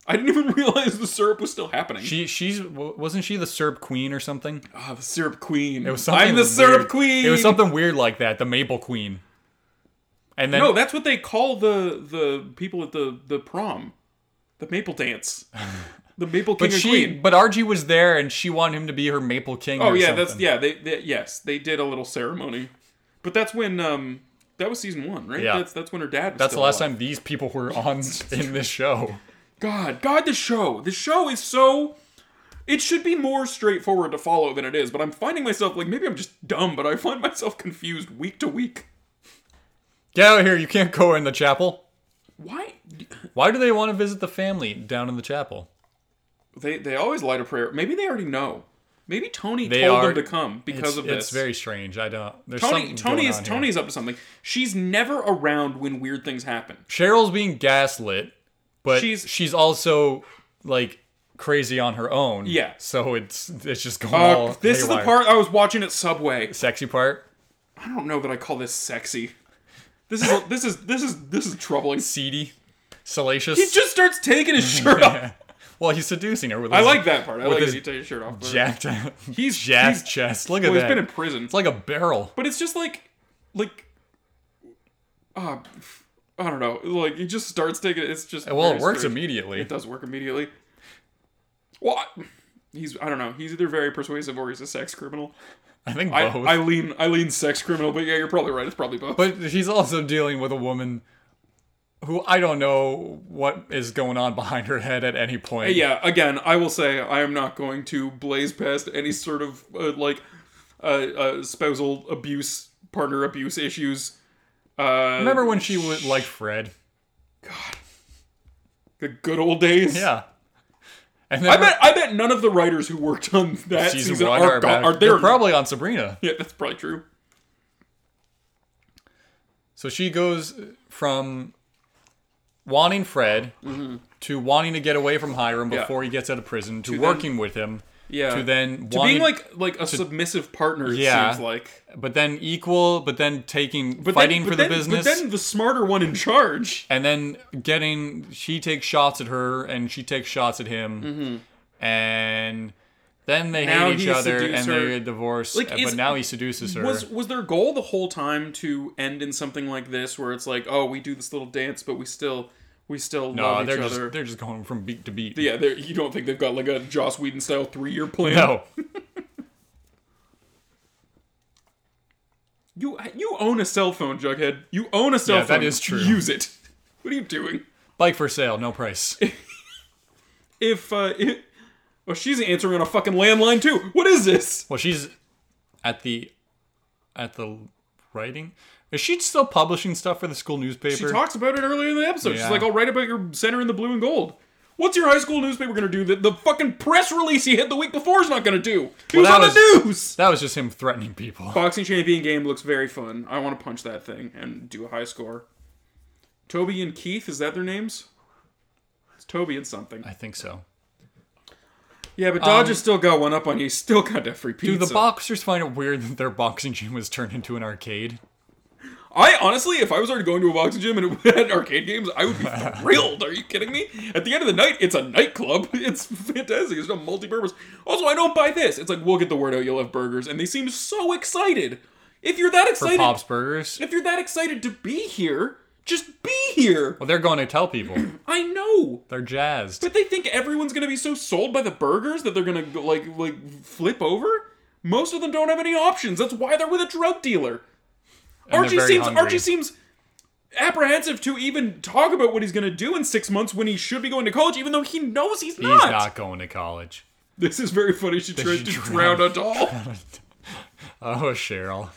Speaker 3: I didn't even realize the syrup was still happening.
Speaker 1: She she's w- wasn't she the syrup queen or something?
Speaker 3: Ah, the syrup queen.
Speaker 1: It was something.
Speaker 3: I'm the
Speaker 1: weird.
Speaker 3: syrup queen.
Speaker 1: It was something weird like that. The maple queen. And then
Speaker 3: No, that's what they call the the people at the the prom, the maple dance. the Maple King
Speaker 1: But
Speaker 3: and
Speaker 1: she,
Speaker 3: Queen.
Speaker 1: but Archie was there, and she wanted him to be her Maple King.
Speaker 3: Oh
Speaker 1: or
Speaker 3: yeah, that's
Speaker 1: something.
Speaker 3: yeah. They, they yes, they did a little ceremony, but that's when um that was season one, right?
Speaker 1: Yeah.
Speaker 3: That's that's when her dad.
Speaker 1: That's
Speaker 3: Was
Speaker 1: the
Speaker 3: still
Speaker 1: last
Speaker 3: alive.
Speaker 1: time these people were on in this show.
Speaker 3: God, God, the show. The show is so. It should be more straightforward to follow than it is, but I'm finding myself like maybe I'm just dumb, but I find myself confused week to week.
Speaker 1: Get out of here! You can't go in the chapel.
Speaker 3: Why?
Speaker 1: Why do they want to visit the family down in the chapel?
Speaker 3: They they always light a prayer. Maybe they already know. Maybe Tony
Speaker 1: They
Speaker 3: told
Speaker 1: are-
Speaker 3: them to come because
Speaker 1: it's,
Speaker 3: of this.
Speaker 1: it's very strange. I don't. There's
Speaker 3: Tony
Speaker 1: something
Speaker 3: Tony
Speaker 1: going
Speaker 3: is
Speaker 1: on here.
Speaker 3: Tony's up to something. She's never around when weird things happen.
Speaker 1: Cheryl's being gaslit, but
Speaker 3: She's-
Speaker 1: she's also like crazy on her own.
Speaker 3: Yeah.
Speaker 1: So it's it's just going
Speaker 3: Uh,
Speaker 1: all.
Speaker 3: this is the
Speaker 1: haywire.
Speaker 3: part I was watching at Subway.
Speaker 1: Sexy part.
Speaker 3: I don't know that I call this sexy. This is this is this is this is troubling.
Speaker 1: Seedy. Salacious.
Speaker 3: He just starts taking his shirt off.
Speaker 1: well, he's seducing her with.
Speaker 3: I
Speaker 1: his
Speaker 3: like that part. I
Speaker 1: With
Speaker 3: like that
Speaker 1: his
Speaker 3: he takes his shirt off. but-
Speaker 1: Jacked.
Speaker 3: He's
Speaker 1: jacked
Speaker 3: he's-
Speaker 1: chest. Look at
Speaker 3: Well, he's
Speaker 1: that.
Speaker 3: been in prison,
Speaker 1: it's like a barrel.
Speaker 3: but it's just like, like, uh, I don't know. Like he just starts taking. It's just
Speaker 1: Well,
Speaker 3: very
Speaker 1: it works
Speaker 3: strange.
Speaker 1: immediately.
Speaker 3: It does work immediately. What? He's I don't know. He's either very persuasive or he's a sex criminal.
Speaker 1: I think
Speaker 3: I,
Speaker 1: both.
Speaker 3: I lean I lean sex criminal, but yeah, you're probably right. It's probably both.
Speaker 1: but he's also dealing with a woman who I don't know what is going on behind her head at any point.
Speaker 3: yeah again i will say i am not going to blaze past any sort of uh, like uh, uh, spousal abuse partner abuse issues uh
Speaker 1: Remember when she was like Fred?
Speaker 3: the good old days
Speaker 1: Yeah. And then
Speaker 3: i bet i bet none of the writers who worked on that season,
Speaker 1: season, one
Speaker 3: are,
Speaker 1: are,
Speaker 3: gone-
Speaker 1: about,
Speaker 3: are
Speaker 1: they're
Speaker 3: there
Speaker 1: probably on Sabrina.
Speaker 3: yeah that's probably true
Speaker 1: So she goes from wanting Fred to wanting to get away from Hiram
Speaker 3: Mm-hmm. Yeah.
Speaker 1: before he gets out of prison to,
Speaker 3: then-
Speaker 1: working with him
Speaker 3: yeah
Speaker 1: to then
Speaker 3: to
Speaker 1: wanting,
Speaker 3: being like like a submissive partner it
Speaker 1: Yeah.
Speaker 3: seems like
Speaker 1: but then equal, but then taking
Speaker 3: but
Speaker 1: fighting
Speaker 3: then,
Speaker 1: for
Speaker 3: but
Speaker 1: the
Speaker 3: then-
Speaker 1: business.
Speaker 3: but then the smarter one in charge
Speaker 1: and then getting she takes shots at her and she takes shots at him and then they
Speaker 3: Mm-hmm. Now
Speaker 1: hate each
Speaker 3: he
Speaker 1: other and
Speaker 3: seduces her.
Speaker 1: they divorce
Speaker 3: Like, is-
Speaker 1: but now he seduces her
Speaker 3: Was was their goal the whole time to end in something like this, where it's like, oh, we do this little dance, but we still we still
Speaker 1: no
Speaker 3: love
Speaker 1: they're
Speaker 3: each
Speaker 1: just
Speaker 3: other.
Speaker 1: they're just going from beat to beat
Speaker 3: Yeah, they're, you don't think they've got like a Joss Whedon style three year plan?
Speaker 1: no
Speaker 3: you you own a cell phone, Jughead. You own a cell
Speaker 1: Yeah, that
Speaker 3: phone.
Speaker 1: is true.
Speaker 3: Use it. What are you doing?
Speaker 1: bike for sale no price
Speaker 3: If uh, it, well, she's answering on a fucking landline too. What is this?
Speaker 1: well she's at the at the writing is she still publishing stuff for the school newspaper
Speaker 3: She talks about it earlier in the episode. She's
Speaker 1: Yeah.
Speaker 3: like, I'll write about your center in the blue and gold. What's your high school newspaper gonna do that the fucking press release he had the week before is not gonna do? He
Speaker 1: Well,
Speaker 3: was on
Speaker 1: that
Speaker 3: the news.
Speaker 1: that was just him threatening people
Speaker 3: Boxing champion game looks very fun. I want to punch that thing and do a high score. Toby and Keith, is that their names? It's Toby and something.
Speaker 1: i think so
Speaker 3: Yeah, but Dodgers still got one up on you. He's Still got that free pizza.
Speaker 1: do the boxers find it weird that their boxing gym was turned into an arcade
Speaker 3: I honestly, if I was already going to a boxing gym and it had arcade games, I would be thrilled. Are you kidding me? At the end of the night, it's a nightclub. It's fantastic. It's a multi-purpose. Also, I don't buy this. It's like we'll get the word out. You'll have burgers, and they seem so excited. If you're that
Speaker 1: for
Speaker 3: excited,
Speaker 1: pops burgers
Speaker 3: if you're that excited to be here, just be here.
Speaker 1: Well, they're going to tell people.
Speaker 3: I know.
Speaker 1: They're jazzed.
Speaker 3: But they think everyone's gonna be so sold by the burgers that they're gonna go, like like flip over. Most of them don't have any options. That's why they're with a drug dealer.
Speaker 1: they're
Speaker 3: Archie
Speaker 1: very
Speaker 3: seems
Speaker 1: hungry.
Speaker 3: Archie seems apprehensive to even talk about what he's gonna do in six months when he should be going to college, even though he knows he's,
Speaker 1: He's
Speaker 3: not.
Speaker 1: not. going to college.
Speaker 3: This is very funny. She tried
Speaker 1: she
Speaker 3: to
Speaker 1: drowned-
Speaker 3: drown a doll.
Speaker 1: Oh, Cheryl.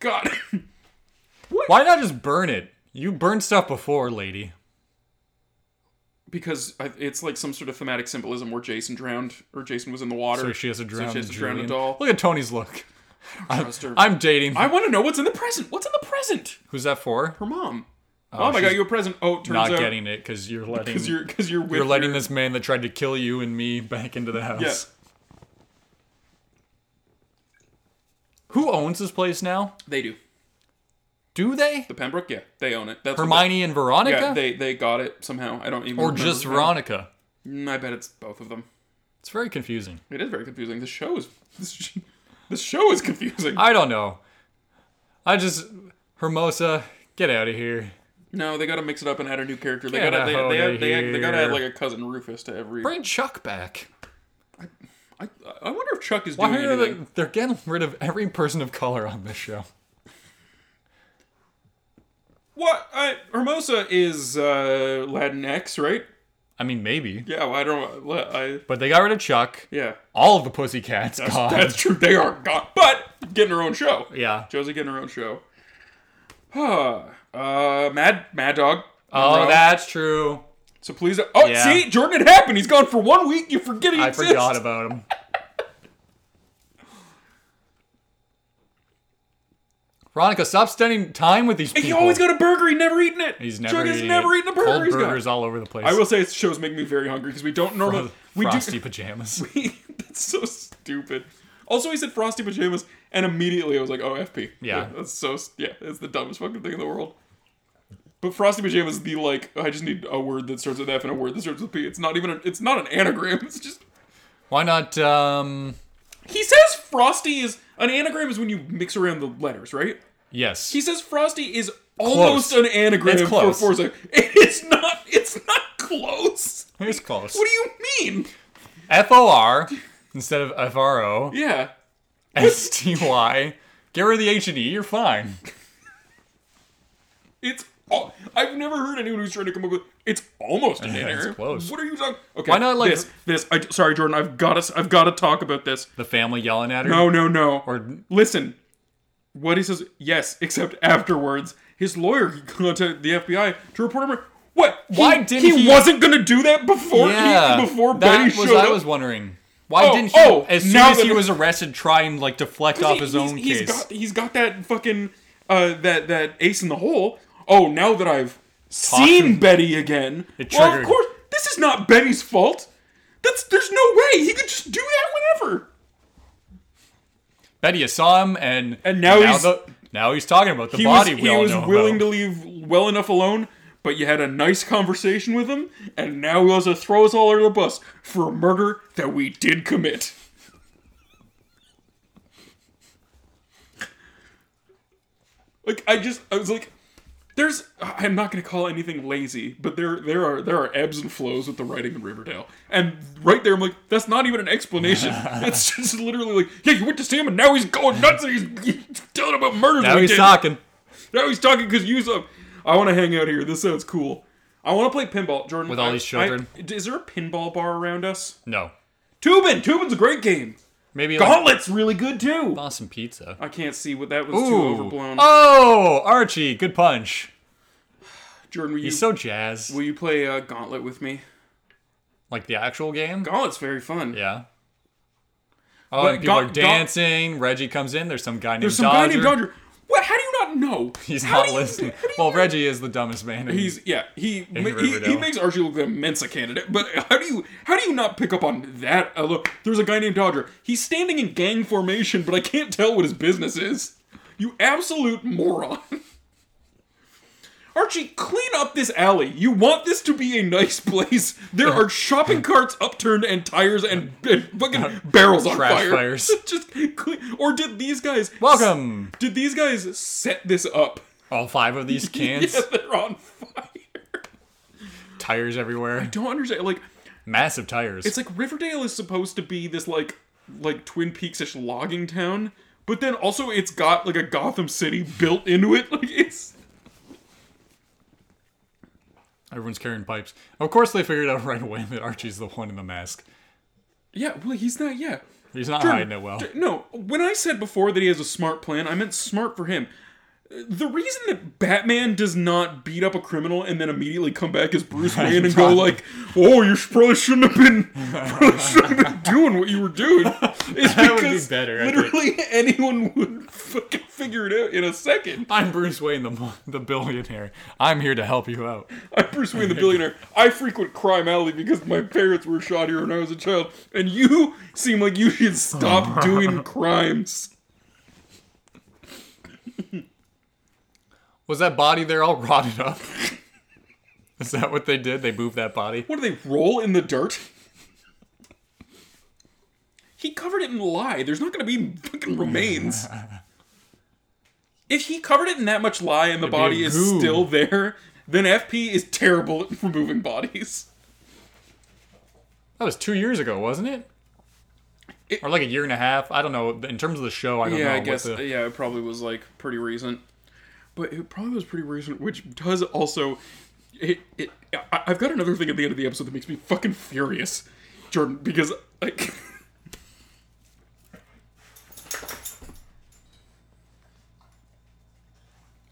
Speaker 3: God.
Speaker 1: Why not just burn it? You burned stuff before, lady.
Speaker 3: because I, it's like some sort of thematic symbolism where Jason drowned or Jason was in the water.
Speaker 1: So she has to drown,
Speaker 3: So she has to drown a
Speaker 1: Julian.
Speaker 3: doll.
Speaker 1: Look at Tony's look. I
Speaker 3: trust her.
Speaker 1: am dating.
Speaker 3: I want to know what's in the present. What's in the present?
Speaker 1: Who's that for?
Speaker 3: Her mom. mom, I
Speaker 1: she's
Speaker 3: got you a present. Oh, it turns
Speaker 1: Not
Speaker 3: out
Speaker 1: getting it because you're letting
Speaker 3: because you're
Speaker 1: you're,
Speaker 3: because you're with
Speaker 1: letting
Speaker 3: your-
Speaker 1: this man that tried to kill you and me back into the house.
Speaker 3: Yeah.
Speaker 1: Who owns this place now?
Speaker 3: They do
Speaker 1: Do they?
Speaker 3: the Pembroke. Yeah, they own it. That's what
Speaker 1: Hermione and
Speaker 3: They,
Speaker 1: Veronica,
Speaker 3: yeah, they they got it somehow. I don't even.
Speaker 1: or
Speaker 3: remember
Speaker 1: just
Speaker 3: how.
Speaker 1: Veronica?
Speaker 3: Mm, I bet it's both of them.
Speaker 1: It's very confusing.
Speaker 3: It is very confusing. The show is this, this show is confusing.
Speaker 1: I don't know. I just Hermosa, get out of here.
Speaker 3: No, they got to mix it up and add a new character. They
Speaker 1: Get
Speaker 3: got to they,
Speaker 1: out
Speaker 3: they,
Speaker 1: outta
Speaker 3: add- they, add- they got to add
Speaker 1: oh, here.
Speaker 3: like a cousin Rufus to every.
Speaker 1: Bring Chuck back.
Speaker 3: I, I wonder if Chuck is doing
Speaker 1: Why are they,
Speaker 3: anything.
Speaker 1: they're getting rid of every person of color on this show?
Speaker 3: What? I, Hermosa is uh, Latinx, right?
Speaker 1: I mean, maybe,
Speaker 3: Yeah, well, I don't. I
Speaker 1: but they got rid of Chuck.
Speaker 3: yeah.
Speaker 1: All of the Pussycats gone.
Speaker 3: Uh, That's true. They are gone, but getting her own show.
Speaker 1: yeah.
Speaker 3: Josie getting her own show. Huh. Uh, Mad Mad Dog.
Speaker 1: Oh,
Speaker 3: Monroe.
Speaker 1: that's true.
Speaker 3: So please. Oh,
Speaker 1: Yeah.
Speaker 3: see, Jordan, it happened. He's gone for one week. You forget he
Speaker 1: I
Speaker 3: exists.
Speaker 1: forgot about him. Veronica, stop spending time with these people.
Speaker 3: He always got a burger. He never eaten it.
Speaker 1: He's never
Speaker 3: Chuck has
Speaker 1: eating
Speaker 3: never
Speaker 1: it.
Speaker 3: eaten a burger.
Speaker 1: Cold
Speaker 3: He's got-
Speaker 1: burgers all over the place.
Speaker 3: I will say, its shows make me very hungry because we don't normally we
Speaker 1: frosty pajamas.
Speaker 3: do. that's so stupid. Also, he said frosty pajamas, and immediately I was like, "Oh, FP."
Speaker 1: Yeah.
Speaker 3: that's so. Yeah, it's the dumbest fucking thing in the world. But frosty pajamas is the like. I just need a word that starts with F and a word that starts with P. It's not even. A, it's not an anagram. It's just.
Speaker 1: Why not? Um,
Speaker 3: He says frosty is an anagram is when you mix around the letters, right?
Speaker 1: yes.
Speaker 3: He says Frosty is almost an anagram
Speaker 1: It's close.
Speaker 3: for Forza. It's not. It's not close.
Speaker 1: He's close.
Speaker 3: What do you mean?
Speaker 1: F O R instead of F R O
Speaker 3: Yeah.
Speaker 1: S T Y. Get rid of the H and E. You're fine.
Speaker 3: It's. al- I've never heard anyone who's trying to come up with. It's almost an
Speaker 1: Yeah, it's
Speaker 3: anagram.
Speaker 1: close.
Speaker 3: What are you talking? Okay.
Speaker 1: Why not, like-
Speaker 3: this? This. I, sorry, Jordan. I've got to. I've got to talk about this.
Speaker 1: The family yelling at her.
Speaker 3: No, no, no.
Speaker 1: Or
Speaker 3: Listen, what he says, yes, except afterwards, his lawyer contacted the FBI to report him. What?
Speaker 1: Why
Speaker 3: he,
Speaker 1: didn't he-
Speaker 3: wasn't gonna do that before? he-
Speaker 1: yeah.
Speaker 3: before
Speaker 1: that
Speaker 3: Betty
Speaker 1: was
Speaker 3: showed
Speaker 1: I
Speaker 3: up?
Speaker 1: was wondering. Why
Speaker 3: Oh,
Speaker 1: didn't he?
Speaker 3: oh,
Speaker 1: as soon
Speaker 3: now
Speaker 1: as
Speaker 3: that
Speaker 1: he
Speaker 3: it-
Speaker 1: was arrested, try and like deflect off
Speaker 3: He-
Speaker 1: his
Speaker 3: he's-
Speaker 1: own
Speaker 3: he's
Speaker 1: case.
Speaker 3: Got, he's got that fucking uh, that that ace in the hole. Oh, now that I've seen
Speaker 1: Talking-
Speaker 3: Betty again,
Speaker 1: It
Speaker 3: well, of
Speaker 1: triggered.
Speaker 3: course, this is not Betty's fault. That's there's no way he could just do that whenever.
Speaker 1: Betty, you saw him, and
Speaker 3: And now he's-
Speaker 1: the- now he's talking about the
Speaker 3: He
Speaker 1: body.
Speaker 3: was,
Speaker 1: we
Speaker 3: he
Speaker 1: all
Speaker 3: was
Speaker 1: know
Speaker 3: willing
Speaker 1: about.
Speaker 3: to leave well enough alone, but you had a nice conversation with him, and now he wants to throw us all under the bus for a murder that we did commit. Like I just I was like there's I'm not gonna call anything lazy, but there there are there are ebbs and flows with the writing in Riverdale. And right there I'm like, that's not even an explanation. it's just literally like, yeah, you went to see him and now he's going nuts and he's, he's telling about murders.
Speaker 1: Now
Speaker 3: we
Speaker 1: he's
Speaker 3: did."
Speaker 1: talking.
Speaker 3: Now he's talking because you some. I want to hang out here. This sounds cool. I want to play pinball, Jordan.
Speaker 1: With all
Speaker 3: I-
Speaker 1: these children.
Speaker 3: I- is there a pinball bar around us?
Speaker 1: No,
Speaker 3: Tubin. Tubin's a great game.
Speaker 1: maybe like
Speaker 3: Gauntlet's really good too.
Speaker 1: awesome pizza.
Speaker 3: I can't see what that was too overblown.
Speaker 1: Oh, Archie, good punch.
Speaker 3: Jordan, will you
Speaker 1: He's so jazzed.
Speaker 3: will you play uh, Gauntlet with me?
Speaker 1: like the actual game.
Speaker 3: Gauntlet's very fun.
Speaker 1: Yeah. Oh,
Speaker 3: But
Speaker 1: and people
Speaker 3: Ga-
Speaker 1: are
Speaker 3: Ga-
Speaker 1: dancing. Reggie comes in. There's some guy named
Speaker 3: There's some
Speaker 1: Dodger.
Speaker 3: guy named Dodger. What? How do you not know?
Speaker 1: He's
Speaker 3: How
Speaker 1: not
Speaker 3: do you-
Speaker 1: listening.
Speaker 3: how do you
Speaker 1: Well,
Speaker 3: not-
Speaker 1: Reggie is the dumbest man. in-
Speaker 3: He's yeah. He ma- he, he
Speaker 1: Riverdale.
Speaker 3: makes Archie look like a Mensa candidate. But how do you how do you not pick up on that? Uh, look, there's a guy named Dodger. He's standing in gang formation, but I can't tell what his business is. You absolute moron. Archie, clean up this alley. You want this to be a nice place. There are shopping carts upturned and tires and, and fucking barrels on
Speaker 1: Uh, Trash
Speaker 3: fire.
Speaker 1: fires.
Speaker 3: Just clean. Or did these guys
Speaker 1: Welcome.
Speaker 3: Did these guys set this up?
Speaker 1: All five of these cans,
Speaker 3: Yeah, they're on fire.
Speaker 1: tires everywhere,
Speaker 3: don't understand. Like,
Speaker 1: massive tires.
Speaker 3: it's like Riverdale is supposed to be this like like Twin Peaks-ish logging town, but then also it's got like a Gotham City built into it. Like it's
Speaker 1: Everyone's carrying pipes. Of course, they figured out right away that Archie's the one in the mask.
Speaker 3: yeah, well he's not yeah.
Speaker 1: He's not
Speaker 3: Jordan,
Speaker 1: hiding it well.
Speaker 3: J- No, when I said before that he has a smart plan, I meant smart for him. The reason that Batman does not beat up a criminal and then immediately come back as Bruce Wayne and go
Speaker 1: Probably.
Speaker 3: like, "Oh, you sh- probably shouldn't have been, probably shouldn't have been doing what you were doing," is
Speaker 1: That would be
Speaker 3: because
Speaker 1: better, I think.
Speaker 3: literally anyone would fucking figure it out in a second.
Speaker 1: I'm Bruce Wayne, the mo- the billionaire. I'm here to help you out.
Speaker 3: I'm Bruce Wayne the billionaire. I frequent crime alley because my parents were shot here when I was a child, and you seem like you should stop doing crimes.
Speaker 1: Was that body there all rotted up? Is that what they did? They moved that body.
Speaker 3: What do they roll in the dirt? He covered it in lye. There's not going to be fucking remains. If he covered it in that much lye and the
Speaker 1: be
Speaker 3: body
Speaker 1: a
Speaker 3: is
Speaker 1: goo.
Speaker 3: still there, Then FP is terrible at removing bodies.
Speaker 1: That was two years ago, wasn't it?
Speaker 3: It-
Speaker 1: or like a year and a half. I don't know. In terms of the show, I don't know.
Speaker 3: Yeah, I
Speaker 1: what
Speaker 3: guess.
Speaker 1: the-
Speaker 3: Yeah, it probably was like pretty recent, but it probably was pretty recent, which does also. It, it, I- I've got another thing at the end of the episode that makes me fucking furious, Jordan, because like.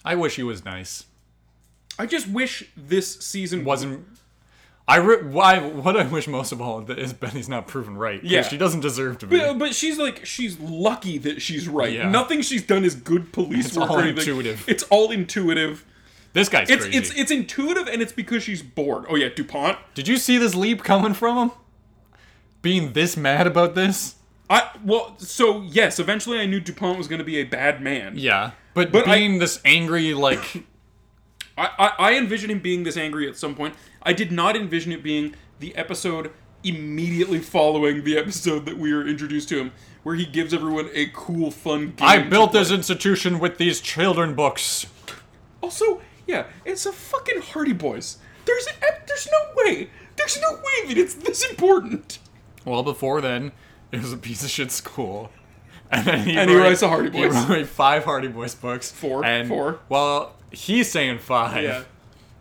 Speaker 1: I wish he was nice.
Speaker 3: I just wish this season
Speaker 1: Wasn't. I re- why what I wish most of all is Benny's not proven right. 'cause
Speaker 3: Yeah.
Speaker 1: she doesn't deserve to be.
Speaker 3: But, uh, but she's like she's lucky that she's right.
Speaker 1: Yeah.
Speaker 3: Nothing she's done is good police
Speaker 1: It's
Speaker 3: work.
Speaker 1: all
Speaker 3: or anything.
Speaker 1: intuitive.
Speaker 3: It's all intuitive.
Speaker 1: This guy's
Speaker 3: It's
Speaker 1: crazy.
Speaker 3: it's it's intuitive, and it's because she's bored. Oh yeah, Dupont.
Speaker 1: Did you see this leap coming from him? Being this mad about this?
Speaker 3: I well, so yes, eventually I knew Dupont was going to be a bad man.
Speaker 1: Yeah, but,
Speaker 3: But I-
Speaker 1: being this angry, like
Speaker 3: I, I I envision him being this angry at some point. I did not envision it being the episode immediately following the episode that we are introduced to him, where he gives everyone a cool, fun. Game
Speaker 1: I
Speaker 3: to
Speaker 1: built
Speaker 3: play.
Speaker 1: this institution with these children books.
Speaker 3: Also, yeah, it's a fucking Hardy Boys. There's an ep- there's no way. There's no way that it's this important.
Speaker 1: Well, before then, it was a piece of shit school. And then he,
Speaker 3: And he writes a Hardy Boys.
Speaker 1: He wrote five Hardy Boys books.
Speaker 3: Four,
Speaker 1: And,
Speaker 3: four.
Speaker 1: Well, he's saying five.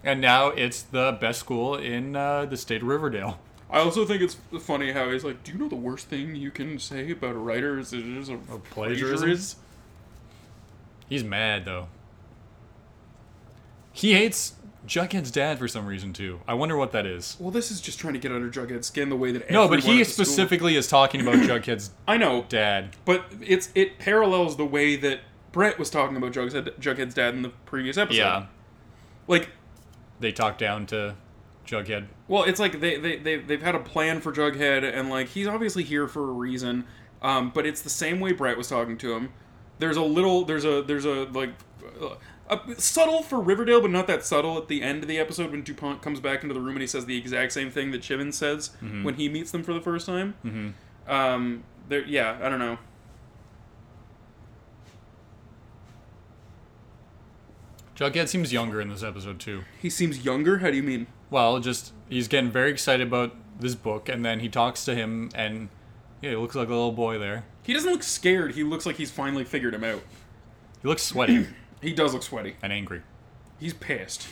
Speaker 1: And now it's the best school in uh, the state of Riverdale.
Speaker 3: I also think it's funny how he's like, "Do you know the worst thing you can say about a writer is it is a,
Speaker 1: plagiarism?
Speaker 3: plagiarist?"
Speaker 1: He's mad though. He hates Jughead's dad for some reason too. I wonder what that is.
Speaker 3: Well, this is just trying to get under Jughead's skin the way that
Speaker 1: No, but
Speaker 3: everyone
Speaker 1: he
Speaker 3: at the school-
Speaker 1: specifically is talking about Jughead's
Speaker 3: I know,
Speaker 1: dad.
Speaker 3: but it's it parallels the way that Brett was talking about Jughead, Jughead's dad in the previous episode.
Speaker 1: Yeah,
Speaker 3: like
Speaker 1: they talk down to Jughead.
Speaker 3: Well, it's like they, they, they, they've had a plan for Jughead, and like he's obviously here for a reason. Um, but it's the same way Brett was talking to him. There's a little, there's a, there's a like, uh, a, subtle for Riverdale, but not that subtle. At the end of the episode, when Dupont comes back into the room and he says the exact same thing that Chivin says when he meets them for the first time. Mm-hmm. Um, there, yeah, I don't know.
Speaker 1: Jughead seems younger in this episode too.
Speaker 3: He seems younger. How do you mean?
Speaker 1: Well, just he's getting very excited about this book, and then he talks to him, and yeah, he looks like a little boy there.
Speaker 3: He doesn't look scared. He looks like he's finally figured him out.
Speaker 1: He looks sweaty
Speaker 3: He does look sweaty.
Speaker 1: and angry.
Speaker 3: He's pissed.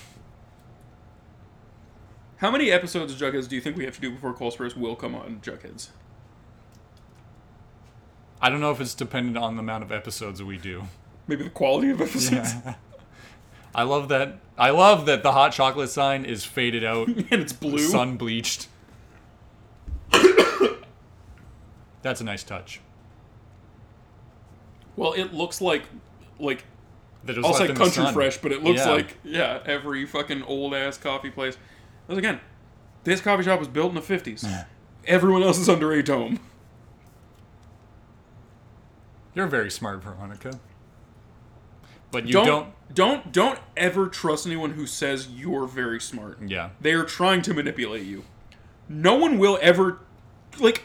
Speaker 3: How many episodes of Jugheads do you think we have to do before Cole Sprouse will come on Jugheads?
Speaker 1: I don't know if it's dependent on the amount of episodes we do.
Speaker 3: Maybe the quality of episodes?
Speaker 1: I love that. I love that the hot chocolate sign is faded out,
Speaker 3: and it's blue.
Speaker 1: sun bleached. That's a nice touch.
Speaker 3: Well, it looks like like
Speaker 1: That it was
Speaker 3: I'll
Speaker 1: left
Speaker 3: say
Speaker 1: in the
Speaker 3: country
Speaker 1: sun.
Speaker 3: fresh, but it looks
Speaker 1: Yeah.
Speaker 3: like yeah, every fucking old ass coffee place. Because again, this coffee shop was built in the fifties. Everyone else is under a dome.
Speaker 1: you're very smart, Veronica. But you
Speaker 3: Don't,
Speaker 1: don't.
Speaker 3: don't don't ever trust anyone who says you're very smart.
Speaker 1: yeah.
Speaker 3: They are trying to manipulate you. No one will ever like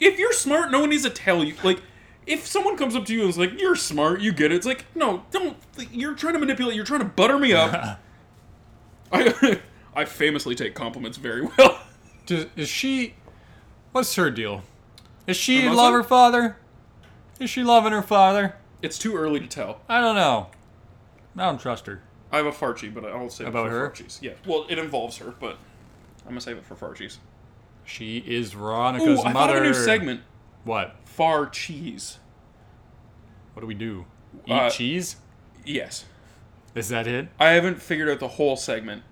Speaker 3: if you're smart, no one needs to tell you. Like if someone comes up to you and is like, "You're smart, you get it." It's like, "No, don't you're trying to manipulate, you're trying to butter me up." I I famously take compliments very well.
Speaker 1: Does, is she? What's her deal? Is she
Speaker 3: Her
Speaker 1: love
Speaker 3: Muslim?
Speaker 1: her father? Is she loving her father?
Speaker 3: It's too early to tell.
Speaker 1: I don't know. I don't trust her.
Speaker 3: I have a farchie, but I'll save
Speaker 1: About
Speaker 3: it for
Speaker 1: her?
Speaker 3: farchies. Yeah. Well, it involves her, but I'm going to save it for farchies.
Speaker 1: She is Veronica's
Speaker 3: Ooh, I
Speaker 1: mother.
Speaker 3: thought of a new segment.
Speaker 1: What?
Speaker 3: Far cheese.
Speaker 1: What do we do? Eat
Speaker 3: Uh,
Speaker 1: cheese?
Speaker 3: Yes.
Speaker 1: Is that it?
Speaker 3: I haven't figured out the whole segment.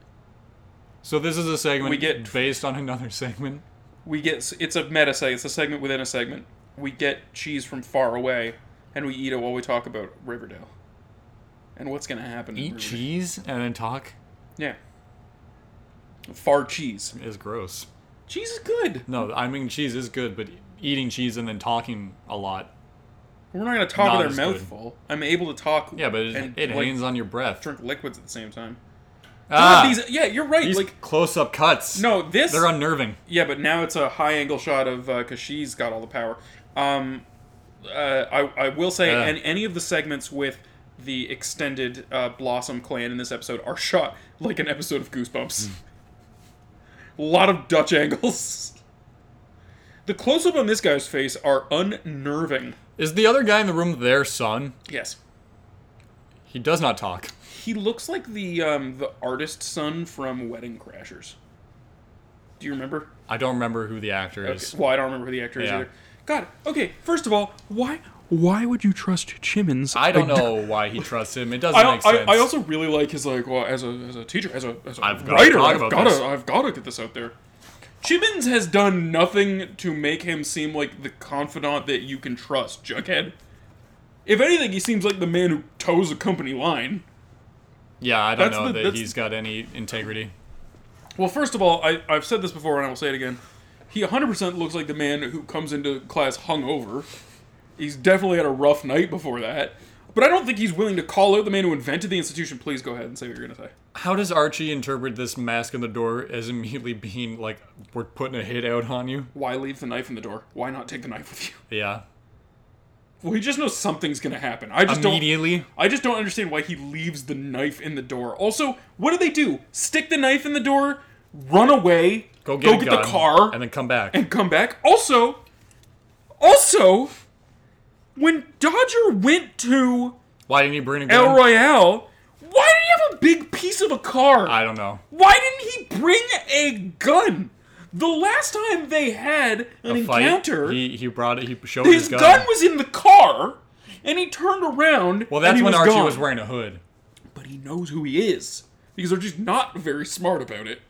Speaker 1: So this is a segment
Speaker 3: We get-
Speaker 1: based on another segment.
Speaker 3: we get it's a meta segment. It's a segment within a segment. We get cheese from far away, and we eat it while we talk about Riverdale, and what's gonna happen. in
Speaker 1: Eat
Speaker 3: Riverdale.
Speaker 1: cheese and then talk
Speaker 3: Yeah. Far cheese.
Speaker 1: is gross.
Speaker 3: Cheese is good.
Speaker 1: No, I mean cheese is good, but eating cheese and then talking a lot.
Speaker 3: We're not gonna talk
Speaker 1: Not
Speaker 3: with
Speaker 1: as
Speaker 3: our mouth
Speaker 1: good.
Speaker 3: full. I'm able to talk.
Speaker 1: Yeah, but it,
Speaker 3: and,
Speaker 1: it
Speaker 3: like,
Speaker 1: hangs on your breath.
Speaker 3: drink liquids at the same time.
Speaker 1: Ah,
Speaker 3: God, these- yeah, you're right.
Speaker 1: these
Speaker 3: like
Speaker 1: close-up cuts.
Speaker 3: no, this
Speaker 1: they're unnerving.
Speaker 3: Yeah, but now it's a high angle shot of because she's got all the power. Um, uh, I, I will say,
Speaker 1: Yeah.
Speaker 3: and any of the segments with the extended uh, Blossom clan in this episode are shot like an episode of Goosebumps. A lot of Dutch angles. The close up on this guy's face are unnerving.
Speaker 1: Is the other guy in the room their son?
Speaker 3: Yes.
Speaker 1: He does not talk.
Speaker 3: He looks like the um, the artist son from Wedding Crashers. Do you remember?
Speaker 1: I don't remember who the actor
Speaker 3: Okay,
Speaker 1: is.
Speaker 3: Well, I don't remember who the actor is
Speaker 1: Yeah.
Speaker 3: either. God. Okay. First of all, why why would you trust Chimmins?
Speaker 1: I don't know why he trusts him. It doesn't
Speaker 3: I,
Speaker 1: make
Speaker 3: I,
Speaker 1: sense.
Speaker 3: I also really like his like well as a as a teacher as a as a
Speaker 1: I've gotta
Speaker 3: writer
Speaker 1: talk
Speaker 3: I've
Speaker 1: about
Speaker 3: gotta
Speaker 1: this.
Speaker 3: I've gotta get this out there. Chibbins has done nothing to make him seem like the confidant that you can trust, Jughead. If anything, he seems like the man who toes the company line.
Speaker 1: yeah, I don't
Speaker 3: that's
Speaker 1: know
Speaker 3: the-
Speaker 1: that
Speaker 3: that's-
Speaker 1: he's got any integrity.
Speaker 3: Well, first of all, I, I've said this before and I will say it again. He 100% looks like the man who comes into class hungover. He's definitely had a rough night before that. But I don't think he's willing to call out the man who invented the institution. Please go ahead and say what you're going to say.
Speaker 1: How does Archie interpret this mask in the door as immediately being like, we're putting a hit out on you?
Speaker 3: Why leave the knife in the door? Why not take the knife with you?
Speaker 1: Yeah.
Speaker 3: Well, he just knows something's going to happen. I just don't.
Speaker 1: Immediately?
Speaker 3: I just don't understand why he leaves the knife in the door. Also, what do they do? Stick the knife in the door, run away,
Speaker 1: Go get, a gun
Speaker 3: the car,
Speaker 1: And then come back.
Speaker 3: and come back. Also, also, when Dodger went to
Speaker 1: why didn't he bring a gun?
Speaker 3: El Royale, why did he have a big piece of a car?
Speaker 1: I don't know.
Speaker 3: why didn't he bring a gun? The last time they had an
Speaker 1: A fight.
Speaker 3: encounter,
Speaker 1: He, he brought it. He showed his,
Speaker 3: his gun. was in the car, and he turned around.
Speaker 1: Well, that's
Speaker 3: and he
Speaker 1: when Archie
Speaker 3: gone.
Speaker 1: was wearing a hood.
Speaker 3: But he knows who he is because they're just not very smart about it.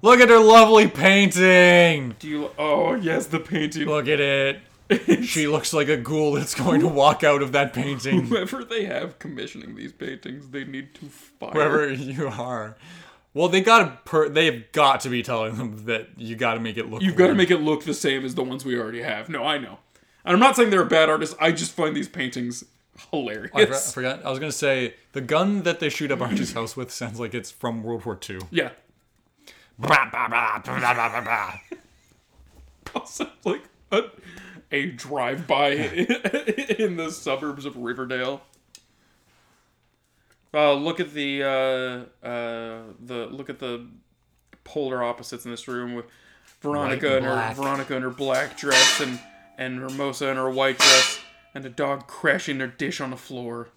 Speaker 1: Look at her lovely painting.
Speaker 3: Do you? Oh yes, the painting.
Speaker 1: Look at it. She looks like a ghoul that's going to walk out of that painting.
Speaker 3: Whoever they have commissioning these paintings, they need to fire.
Speaker 1: wherever you are. Well, they gotta per- they've got to be telling them that you gotta make it look.
Speaker 3: You've got to make it look the same as the ones we already have. No, I know. And I'm not saying they're a bad artist. I just find these paintings hilarious.
Speaker 1: I, for- I forgot. I was gonna say the gun that they shoot up Archie's house with sounds like it's from World War II.
Speaker 3: yeah.
Speaker 1: Blah, blah, blah, blah, blah, blah, blah.
Speaker 3: Also, like a, a drive-by in the suburbs of Riverdale. Uh, look at the uh, uh, the look at the polar opposites in this room with Veronica
Speaker 1: White
Speaker 3: and
Speaker 1: and
Speaker 3: her
Speaker 1: black.
Speaker 3: Veronica in her black dress and and Hermosa in her white dress and a dog crashing their dish on the floor.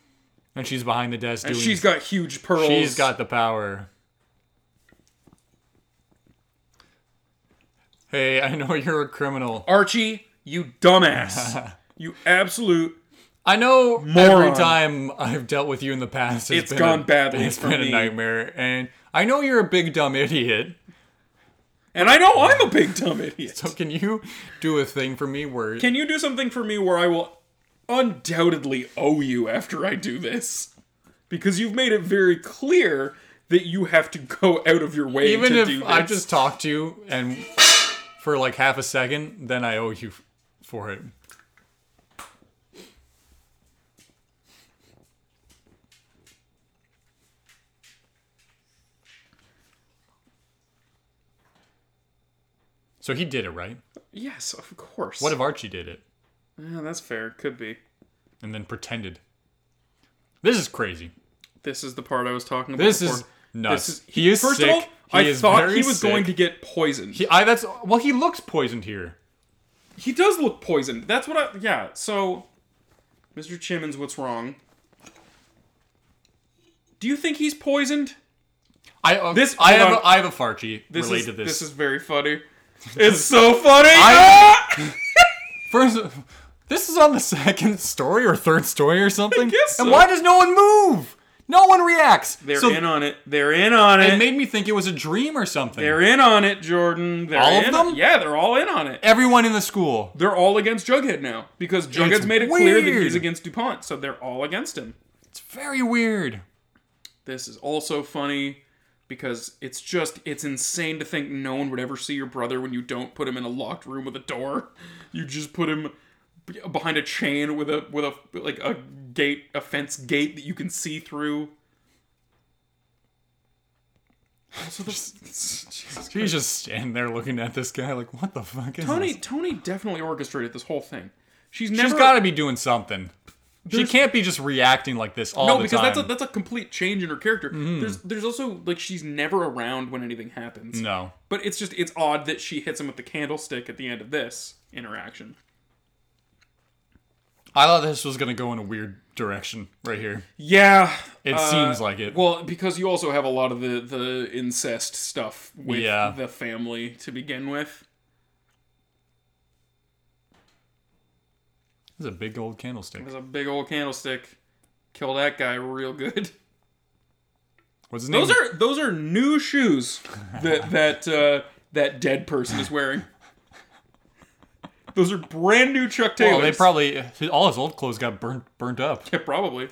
Speaker 1: And she's behind the desk
Speaker 3: And
Speaker 1: doing.
Speaker 3: she's got huge pearls.
Speaker 1: she's got the power. Hey, I know you're a criminal.
Speaker 3: Archie, you dumbass. you absolute.
Speaker 1: I know every
Speaker 3: Moron.
Speaker 1: time I've dealt with you in the past,
Speaker 3: It's gone
Speaker 1: a,
Speaker 3: badly
Speaker 1: It's
Speaker 3: for
Speaker 1: been
Speaker 3: me.
Speaker 1: a nightmare, and I know you're a big dumb idiot.
Speaker 3: And I know I'm a big dumb idiot.
Speaker 1: So can you do a thing for me where
Speaker 3: Can you do something for me where I will undoubtedly owe you after I do this? Because you've made it very clear that you have to go out of your way
Speaker 1: even
Speaker 3: to
Speaker 1: if
Speaker 3: do this.
Speaker 1: I just talk to you and for like half a second, then I owe you f- for it. So he did it, right?
Speaker 3: yes, of course.
Speaker 1: What if Archie did it
Speaker 3: Yeah, that's fair. Could be.
Speaker 1: and then pretended? This is crazy.
Speaker 3: This is the part I was talking about.
Speaker 1: This
Speaker 3: before.
Speaker 1: is nuts.
Speaker 3: This is,
Speaker 1: he is
Speaker 3: first
Speaker 1: sick.
Speaker 3: of all, I
Speaker 1: is
Speaker 3: thought
Speaker 1: very
Speaker 3: he was going
Speaker 1: sick.
Speaker 3: to get poisoned.
Speaker 1: He, I, that's well. He looks poisoned here.
Speaker 3: He does look poisoned. That's what I. Yeah, so. Mr. Chimmins, what's wrong? Do you think he's poisoned?
Speaker 1: I uh,
Speaker 3: This-
Speaker 1: I
Speaker 3: hold
Speaker 1: have
Speaker 3: on.
Speaker 1: a, I have a farchie
Speaker 3: This
Speaker 1: related
Speaker 3: is,
Speaker 1: to this.
Speaker 3: is very funny. It's so funny!
Speaker 1: I-
Speaker 3: Ah!
Speaker 1: First, this is on the second story or third story or something.
Speaker 3: guess so.
Speaker 1: And why does no one move? No one reacts.
Speaker 3: They're
Speaker 1: so
Speaker 3: in on it. They're in on it.
Speaker 1: it made me think it was a dream or something.
Speaker 3: they're in on it, Jordan. They're
Speaker 1: All of
Speaker 3: in
Speaker 1: them?
Speaker 3: Yeah, they're all in on it.
Speaker 1: Everyone in the school.
Speaker 3: They're all against Jughead now because Jughead's made it clear that he's
Speaker 1: weird.
Speaker 3: against DuPont, so they're all against him.
Speaker 1: It's very weird.
Speaker 3: This is also funny because it's just it's insane to think no one would ever see your brother when you don't put him in a locked room with a door. You just put him be- behind a chain with a with a like a gate a fence gate that you can see through. Also the Jesus
Speaker 1: He's just standing there looking at this guy like, what the fuck is
Speaker 3: Tony
Speaker 1: this?
Speaker 3: Tony definitely orchestrated this whole thing. She's never
Speaker 1: She's got to be doing something. She can't be just reacting like this all
Speaker 3: no,
Speaker 1: the
Speaker 3: because
Speaker 1: time.
Speaker 3: that's a, that's a complete change in her character. There's there's also like she's never around when anything happens.
Speaker 1: no.
Speaker 3: But it's just it's odd that she hits him with the candlestick at the end of this interaction.
Speaker 1: I thought this was gonna go in a weird direction right here.
Speaker 3: Yeah,
Speaker 1: It
Speaker 3: uh,
Speaker 1: seems like it.
Speaker 3: Well, because you also have a lot of the the incest stuff with
Speaker 1: Yeah.
Speaker 3: the family to begin with.
Speaker 1: This is a big old candlestick.
Speaker 3: There's a big old candlestick. Kill that guy real good.
Speaker 1: What's his name?
Speaker 3: Those are those are new shoes that that uh, that dead person is wearing. Those are brand new Chuck Taylors.
Speaker 1: well, they probably all his old clothes got burnt burnt up.
Speaker 3: Yeah, probably.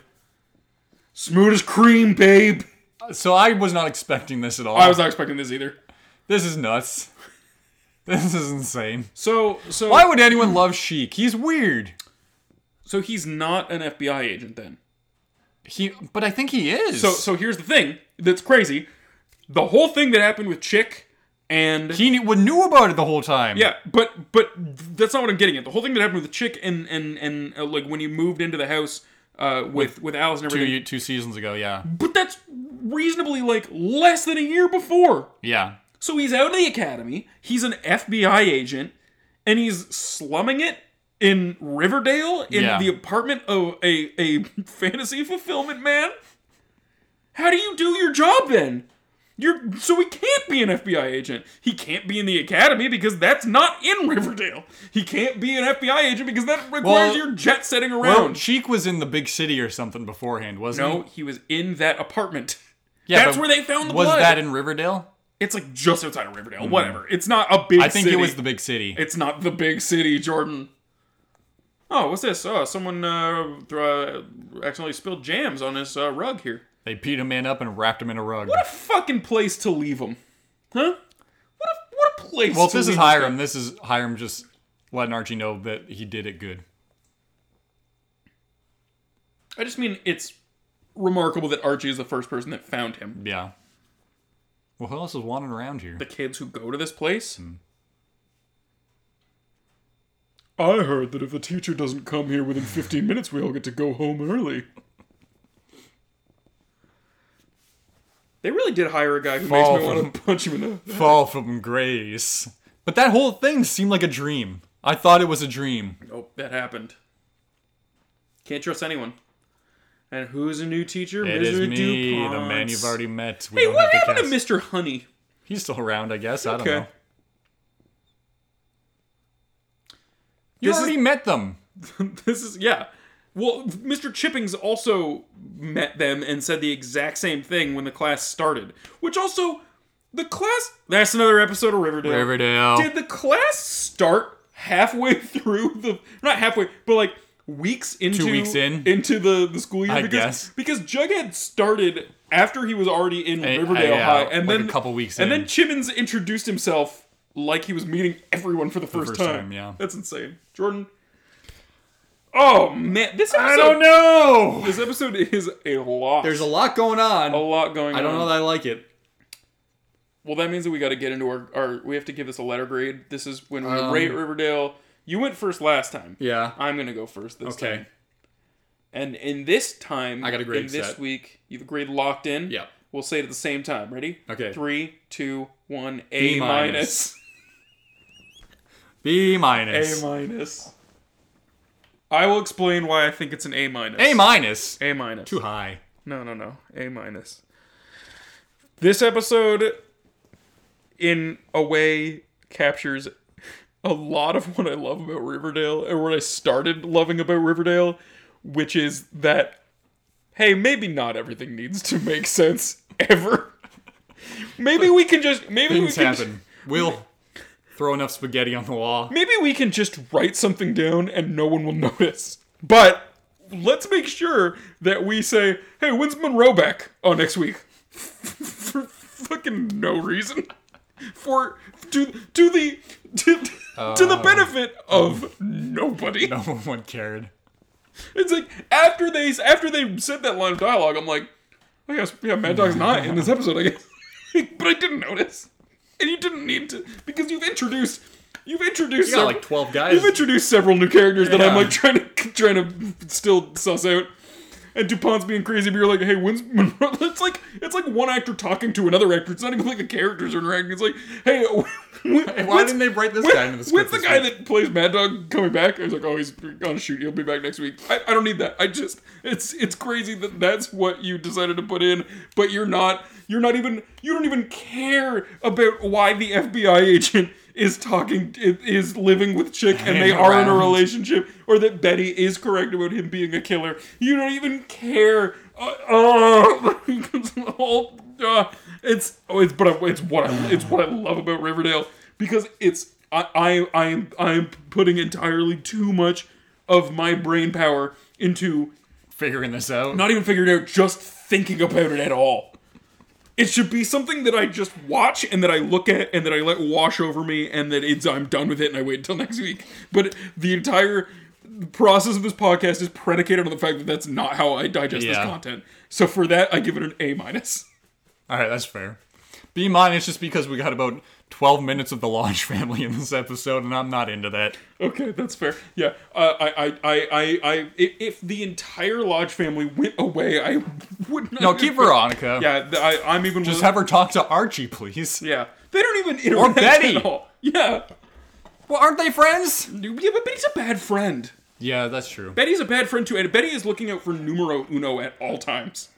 Speaker 3: Smooth as cream, babe. Oh,
Speaker 1: So I was not expecting this at all.
Speaker 3: I was not expecting this either.
Speaker 1: This is nuts. This is insane.
Speaker 3: So so
Speaker 1: Why would anyone love Sheik? He's weird.
Speaker 3: so he's not an FBI agent then.
Speaker 1: He, but I think he is.
Speaker 3: So so here's the thing that's crazy. The whole thing that happened with Chick and
Speaker 1: he knew, knew about it the whole time.
Speaker 3: yeah, but but that's not what I'm getting at. The whole thing that happened with Chick and and and uh, like when he moved into the house uh, with with Alice and
Speaker 1: two
Speaker 3: everything.
Speaker 1: ye- two seasons ago. Yeah,
Speaker 3: But that's reasonably like less than a year before.
Speaker 1: yeah.
Speaker 3: So he's out of the academy. He's an FBI agent, and he's slumming it in Riverdale in
Speaker 1: Yeah.
Speaker 3: the apartment of a a fantasy fulfillment man. How do you do your job then? You're so he can't be an FBI agent. He can't be in the academy because that's not in Riverdale. He can't be an FBI agent because that requires
Speaker 1: Well-
Speaker 3: your jet setting
Speaker 1: Well,
Speaker 3: around.
Speaker 1: Sheik was in the big city or something beforehand, wasn't
Speaker 3: no, he was in that apartment.
Speaker 1: he? Yeah,
Speaker 3: that's
Speaker 1: but
Speaker 3: where they found the
Speaker 1: was
Speaker 3: blood.
Speaker 1: that in Riverdale?
Speaker 3: it's like just outside of Riverdale. Whatever. It's not a big.
Speaker 1: Mm-hmm. I think it
Speaker 3: city.
Speaker 1: was the big city.
Speaker 3: It's not the big city, Jordan.
Speaker 1: Mm.
Speaker 3: Oh, what's this? Oh, someone uh, thro- uh, accidentally spilled jams on this uh, rug here.
Speaker 1: they beat a man up and wrapped him in a rug.
Speaker 3: What a fucking place to leave him, huh? What a what a place.
Speaker 1: well, if
Speaker 3: to
Speaker 1: this is
Speaker 3: leave 'em.
Speaker 1: Hiram, this is Hiram just letting Archie know that he did it good.
Speaker 3: I just mean it's remarkable that Archie is the first person that found him.
Speaker 1: Yeah. Well, who else is wandering around here?
Speaker 3: The kids who go to this place. I heard that if a teacher doesn't come here within 15 minutes, we all get to go home early. They really did hire a guy who
Speaker 1: Fall
Speaker 3: makes me want to punch him in the.
Speaker 1: Fall from grace. But that whole thing seemed like a dream. I thought it was a dream.
Speaker 3: Oh, that happened. Can't trust anyone. And who's a new teacher?
Speaker 1: It is
Speaker 3: Mr.
Speaker 1: me, the
Speaker 3: DuPont.
Speaker 1: man you've already met. We
Speaker 3: Hey,
Speaker 1: don't
Speaker 3: what
Speaker 1: have to
Speaker 3: happened to
Speaker 1: cast-
Speaker 3: Mr. Honey?
Speaker 1: He's still around, I guess. I don't
Speaker 3: Okay.
Speaker 1: know. You
Speaker 3: This is-
Speaker 1: already met them.
Speaker 3: this is yeah. Well, Mr. Chippings also met them and said the exact same thing when the class started. Which also, the class. That's another episode of Riverdale.
Speaker 1: Riverdale.
Speaker 3: Did the class start halfway through the. Not halfway, but like weeks into.
Speaker 1: weeks in?
Speaker 3: Into the, the school year?
Speaker 1: I
Speaker 3: because,
Speaker 1: guess.
Speaker 3: Because Jughead started after he was already in
Speaker 1: I-
Speaker 3: Riverdale
Speaker 1: yeah,
Speaker 3: High. And
Speaker 1: like a
Speaker 3: then.
Speaker 1: couple weeks
Speaker 3: And
Speaker 1: in.
Speaker 3: then Chimmins introduced himself like he was meeting everyone for the first,
Speaker 1: first
Speaker 3: time.
Speaker 1: time, yeah.
Speaker 3: That's insane. Jordan. Oh man, this episode,
Speaker 1: know.
Speaker 3: This episode is a lot.
Speaker 1: There's a lot going on.
Speaker 3: a lot going on.
Speaker 1: I don't know that I like it.
Speaker 3: Well, that means that we got to get into our, our. We have to give this a letter grade. This is when we
Speaker 1: Um,
Speaker 3: rate Riverdale. You went first last time.
Speaker 1: Yeah.
Speaker 3: I'm gonna go first this
Speaker 1: Okay.
Speaker 3: time. And in this time,
Speaker 1: I got a grade
Speaker 3: in this
Speaker 1: set.
Speaker 3: week. You have a grade locked in.
Speaker 1: Yeah.
Speaker 3: We'll say it at the same time. Ready?
Speaker 1: Okay.
Speaker 3: Three, two, one. A
Speaker 1: B
Speaker 3: minus.
Speaker 1: minus. B
Speaker 3: A
Speaker 1: minus.
Speaker 3: minus. I will explain why I think it's an A minus.
Speaker 1: A minus.
Speaker 3: A minus.
Speaker 1: Too high.
Speaker 3: No, no, no. A minus. This episode, in a way, captures a lot of what I love about Riverdale, and what I started loving about Riverdale, which is that, hey, maybe not everything needs to make sense ever. maybe we can just maybe
Speaker 1: Things
Speaker 3: we can
Speaker 1: happen. We'll throw enough spaghetti on the wall.
Speaker 3: maybe we can just write something down and no one will notice. But let's make sure that we say, hey, when's Monroe back? Oh, next week. For fucking no reason. For to to the to, to the benefit of nobody.
Speaker 1: No one cared.
Speaker 3: It's like after they after they said that line of dialogue, I'm like, I guess yeah, Mad Dog's not in this episode, I guess. but I didn't notice, and you didn't need to because you've introduced You've introduced
Speaker 1: You got
Speaker 3: sev-
Speaker 1: like twelve guys.
Speaker 3: You've introduced several new characters that
Speaker 1: Yeah.
Speaker 3: I'm like trying to trying to still suss out. And Dupont's being crazy, but you're like, hey, when's Monroe? It's like it's like one actor talking to another actor. It's not even like the characters are interacting. It's like, hey,
Speaker 1: Why didn't they write this guy into the script?
Speaker 3: When's the
Speaker 1: this
Speaker 3: guy
Speaker 1: week?
Speaker 3: that plays Mad Dog coming back? I was like, oh, he's on a shoot. He'll be back next week. I, I don't need that. I just it's it's crazy that that's what you decided to put in, but you're not you're not even you don't even care about why the FBI agent is talking i- is living with Chick and they
Speaker 1: Hang
Speaker 3: are in a
Speaker 1: around.
Speaker 3: relationship, or that Betty is correct about him being a killer. You don't even care. Uh, oh, it's all- uh, it's oh, it's but I- it's what I, it's what I love about Riverdale because it's I I I am I am putting entirely too much of my brain power into
Speaker 1: figuring this out?
Speaker 3: not even figuring it out, just thinking about it at all. It should be something that I just watch and that I look at and that I let wash over me and that it's I'm done with it and I wait until next week. But the entire process of this podcast is predicated on the fact that that's not how I digest
Speaker 1: Yeah.
Speaker 3: this content. So for that, I give it an A minus.
Speaker 1: All right, that's fair. B minus just because we got about twelve minutes of the Launch Family in this episode, and I'm not into that.
Speaker 3: Okay, that's fair. Yeah, uh, I, I, I, I, I, i- if the entire Lodge family went away, I would not.
Speaker 1: No, keep Veronica.
Speaker 3: Yeah, th- I, I'm even.
Speaker 1: Just have her talk to Archie, please.
Speaker 3: Yeah, they don't even interact
Speaker 1: Betty.
Speaker 3: at all. Yeah,
Speaker 1: Well, aren't they friends?
Speaker 3: yeah, but Betty's a bad friend.
Speaker 1: Yeah, that's true.
Speaker 3: Betty's a bad friend too, and Betty is looking out for numero uno at all times.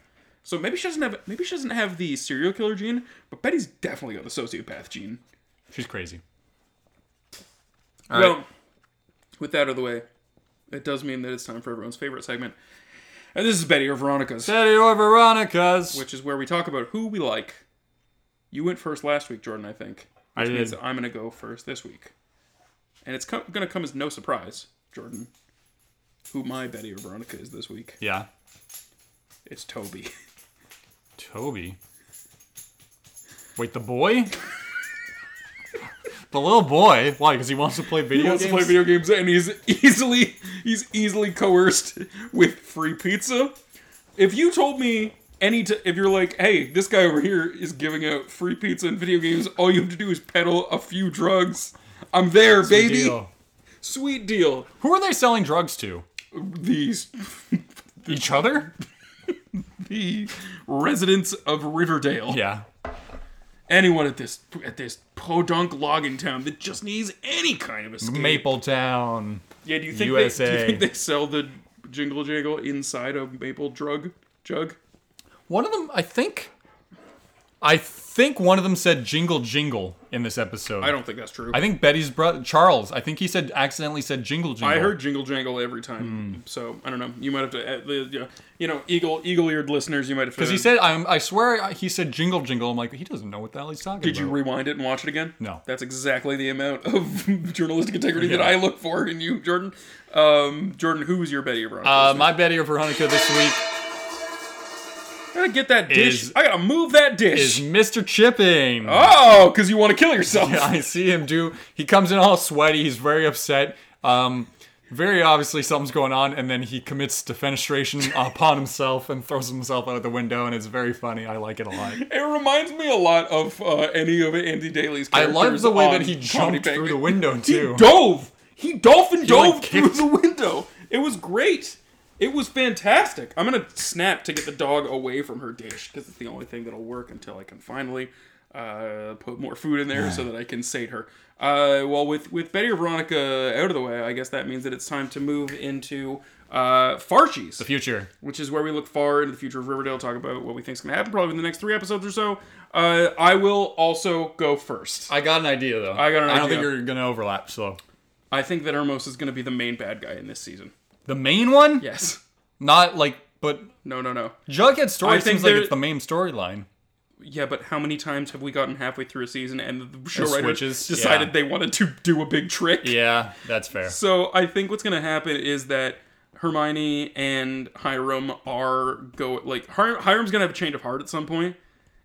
Speaker 3: So maybe she doesn't have maybe she doesn't have the serial killer gene, but Betty's definitely got the sociopath gene.
Speaker 1: She's crazy.
Speaker 3: well, with that out of the way, it does mean that it's time for everyone's favorite segment, and this is Betty or Veronica's,
Speaker 1: Betty or Veronica's.
Speaker 3: which is where we talk about who we like. You went first last week, Jordan. I think.
Speaker 1: I
Speaker 3: Which means
Speaker 1: did.
Speaker 3: that I'm gonna go first this week, and it's co- gonna come as no surprise, Jordan, who my Betty or Veronica is this week.
Speaker 1: yeah.
Speaker 3: It's Toby.
Speaker 1: Toby. Wait, the boy? the little boy? Why? Because he wants to play video
Speaker 3: He wants to
Speaker 1: games?
Speaker 3: play video games, and he's easily he's easily coerced with free pizza. If you told me any, t- if you're like, hey, this guy over here is giving out free pizza and video games, all you have to do is peddle a few drugs. I'm there,
Speaker 1: Good
Speaker 3: baby.
Speaker 1: deal.
Speaker 3: Sweet deal.
Speaker 1: Who are they selling drugs to?
Speaker 3: These
Speaker 1: Each other?
Speaker 3: the residents of Riverdale.
Speaker 1: Yeah.
Speaker 3: Anyone at this at this podunk logging town that just needs any kind of escape.
Speaker 1: Maple Town.
Speaker 3: Yeah, do you think They, do
Speaker 1: USA.
Speaker 3: you think they sell the jingle jangle inside a maple drug jug?
Speaker 1: One of them, I think. I think one of them said jingle jingle in this episode.
Speaker 3: I don't think that's true.
Speaker 1: I
Speaker 3: I,
Speaker 1: think Betty's brother, Charles, I think he said accidentally said jingle jingle.
Speaker 3: heard jingle jangle
Speaker 1: Hmm.
Speaker 3: every time, so I don't know. You might have to, uh, the- yeah, you know, eagle eagle eared listeners, you might have to.
Speaker 1: Because he said, I'm, I swear I- he said jingle jingle. I'm like, he doesn't know what the hell he's talking
Speaker 3: Did
Speaker 1: about.
Speaker 3: you rewind it and watch it again?
Speaker 1: No.
Speaker 3: That's exactly the amount of journalistic integrity that
Speaker 1: Yeah.
Speaker 3: I look for in you, Jordan. Um, Jordan, who was your Betty O'Brien?
Speaker 1: uh, my Betty or Veronica this week
Speaker 3: I gotta get that dish.
Speaker 1: is-
Speaker 3: I gotta move that
Speaker 1: is
Speaker 3: dish.
Speaker 1: Mr. Chipping.
Speaker 3: oh, because you want to kill yourself.
Speaker 1: Yeah, I see him do. He comes in all sweaty. He's very upset. Um, very obviously something's going on, and then he commits defenestration upon himself and throws himself out the window, and it's very funny. I like it a lot.
Speaker 3: It reminds me a lot of uh, any of Andy Daly's
Speaker 1: I
Speaker 3: characters.
Speaker 1: love the way
Speaker 3: on
Speaker 1: that he
Speaker 3: Comedy
Speaker 1: jumped
Speaker 3: Bang
Speaker 1: through
Speaker 3: Bang.
Speaker 1: the window too.
Speaker 3: He dove. He dolphin dove
Speaker 1: like,
Speaker 3: through
Speaker 1: kicked-
Speaker 3: the window. It was great. It was fantastic. I'm gonna snap to get the dog away from her dish because it's the only thing that'll work until I can finally uh, put more food in there so that I can sate her. Uh, well, with with Betty or Veronica out of the way, I guess that means that it's time to move into uh, Farchies
Speaker 1: Future.
Speaker 3: which is where we look far into the future of Riverdale, talk about what we think is going to happen probably in the next three episodes or so. Uh, I will also go first.
Speaker 1: I got an idea though.
Speaker 3: I got an
Speaker 1: I don't
Speaker 3: idea.
Speaker 1: think you're gonna overlap. So
Speaker 3: I think that Hermos is going to be the main bad guy in this season.
Speaker 1: the main one,
Speaker 3: Yes.
Speaker 1: not like, but
Speaker 3: No, no, no.
Speaker 1: Jughead's story
Speaker 3: I think
Speaker 1: seems like
Speaker 3: there-
Speaker 1: it's the main storyline.
Speaker 3: Yeah, but how many times have we gotten halfway through a season and the show
Speaker 1: It
Speaker 3: writers
Speaker 1: switches,
Speaker 3: decided
Speaker 1: yeah.
Speaker 3: they wanted to do a big trick?
Speaker 1: Yeah, that's fair.
Speaker 3: So I think what's going to happen is that Hermione and Hiram are go like Hir- Hiram's going to have a change of heart at some point,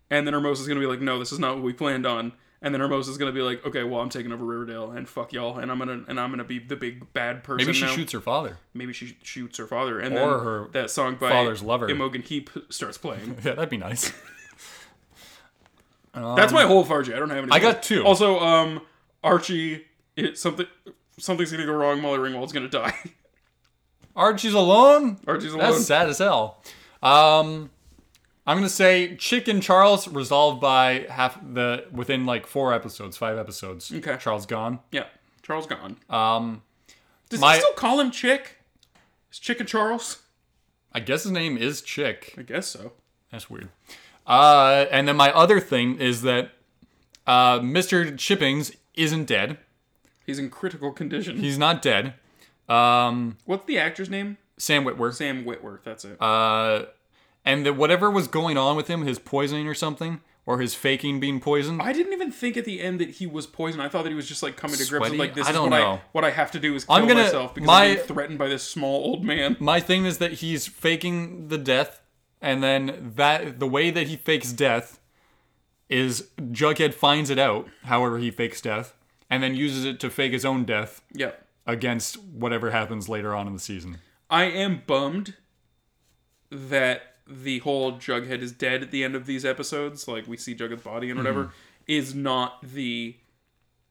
Speaker 3: and then Hermosa is going to be like, "No, this is not what we planned on." And then Hermosa is going to be like, "Okay, well, I'm taking over Riverdale and fuck y'all, and I'm gonna and I'm gonna be the big bad person."
Speaker 1: Maybe she
Speaker 3: now."
Speaker 1: shoots her father.
Speaker 3: Maybe she shoots her father, and
Speaker 1: Or
Speaker 3: then
Speaker 1: her
Speaker 3: that song by
Speaker 1: father's lover.
Speaker 3: Imogen Heap starts playing.
Speaker 1: Yeah, that'd be nice.
Speaker 3: That's my whole Farge. I don't have any.
Speaker 1: I Um, got two.
Speaker 3: Also, um, Archie it, something something's gonna go wrong. Molly Ringwald's gonna die.
Speaker 1: Archie's alone.
Speaker 3: Archie's alone.
Speaker 1: That's sad as hell. Um, I'm gonna say Chick and Charles resolved by half the within like four episodes, five episodes.
Speaker 3: Okay.
Speaker 1: Charles gone.
Speaker 3: Yeah, Charles gone.
Speaker 1: Um,
Speaker 3: Does
Speaker 1: my-
Speaker 3: he still call him Chick? Is Chick and Charles?
Speaker 1: I guess his name is Chick.
Speaker 3: I guess so.
Speaker 1: That's weird. Uh, and then my other thing is that uh, Mr. Chippings isn't dead.
Speaker 3: He's in critical condition.
Speaker 1: He's not dead. Um,
Speaker 3: What's the actor's name?
Speaker 1: Sam Whitworth.
Speaker 3: Sam Whitworth. That's it.
Speaker 1: Uh, and that whatever was going on with him, his poisoning or something, or his faking being poisoned.
Speaker 3: I didn't even think at the end that he was poisoned. I thought that he was just like coming to grips
Speaker 1: Sweaty?
Speaker 3: with like this
Speaker 1: I
Speaker 3: is
Speaker 1: don't
Speaker 3: what
Speaker 1: know.
Speaker 3: I what I have to do is kill
Speaker 1: I'm gonna-
Speaker 3: myself because
Speaker 1: my-
Speaker 3: I'm being threatened by this small old man.
Speaker 1: my thing is that he's faking the death, and then that the way that he fakes death is Jughead finds it out, however he fakes death, and then uses it to fake his own death
Speaker 3: Yeah.
Speaker 1: against whatever happens later on in the season.
Speaker 3: I am bummed that the whole Jughead is dead at the end of these episodes, like we see Jughead's body and
Speaker 1: Mm-hmm.
Speaker 3: whatever, is not the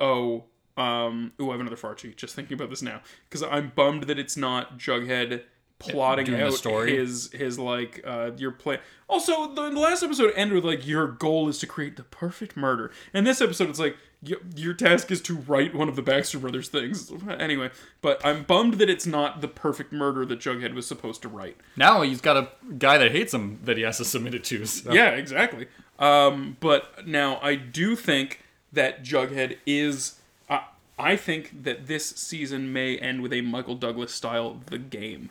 Speaker 3: oh um ooh I have another Farchi. Just thinking about this now because I'm bummed that it's not Jughead plotting
Speaker 1: Doing the
Speaker 3: out
Speaker 1: story.
Speaker 3: his his like uh your plan. Also, the, the last episode ended with like your goal is to create the perfect murder, and this episode it's like. y- Your task is to write one of the Baxter Brothers things. Anyway, but I'm bummed that it's not the perfect murder that Jughead was supposed to write.
Speaker 1: Now he's got a guy that hates him that he has to submit it to. so-
Speaker 3: Yeah, exactly. Um, but now I do think that Jughead is. Uh, I think that this season may end with a Michael Douglas style The Game.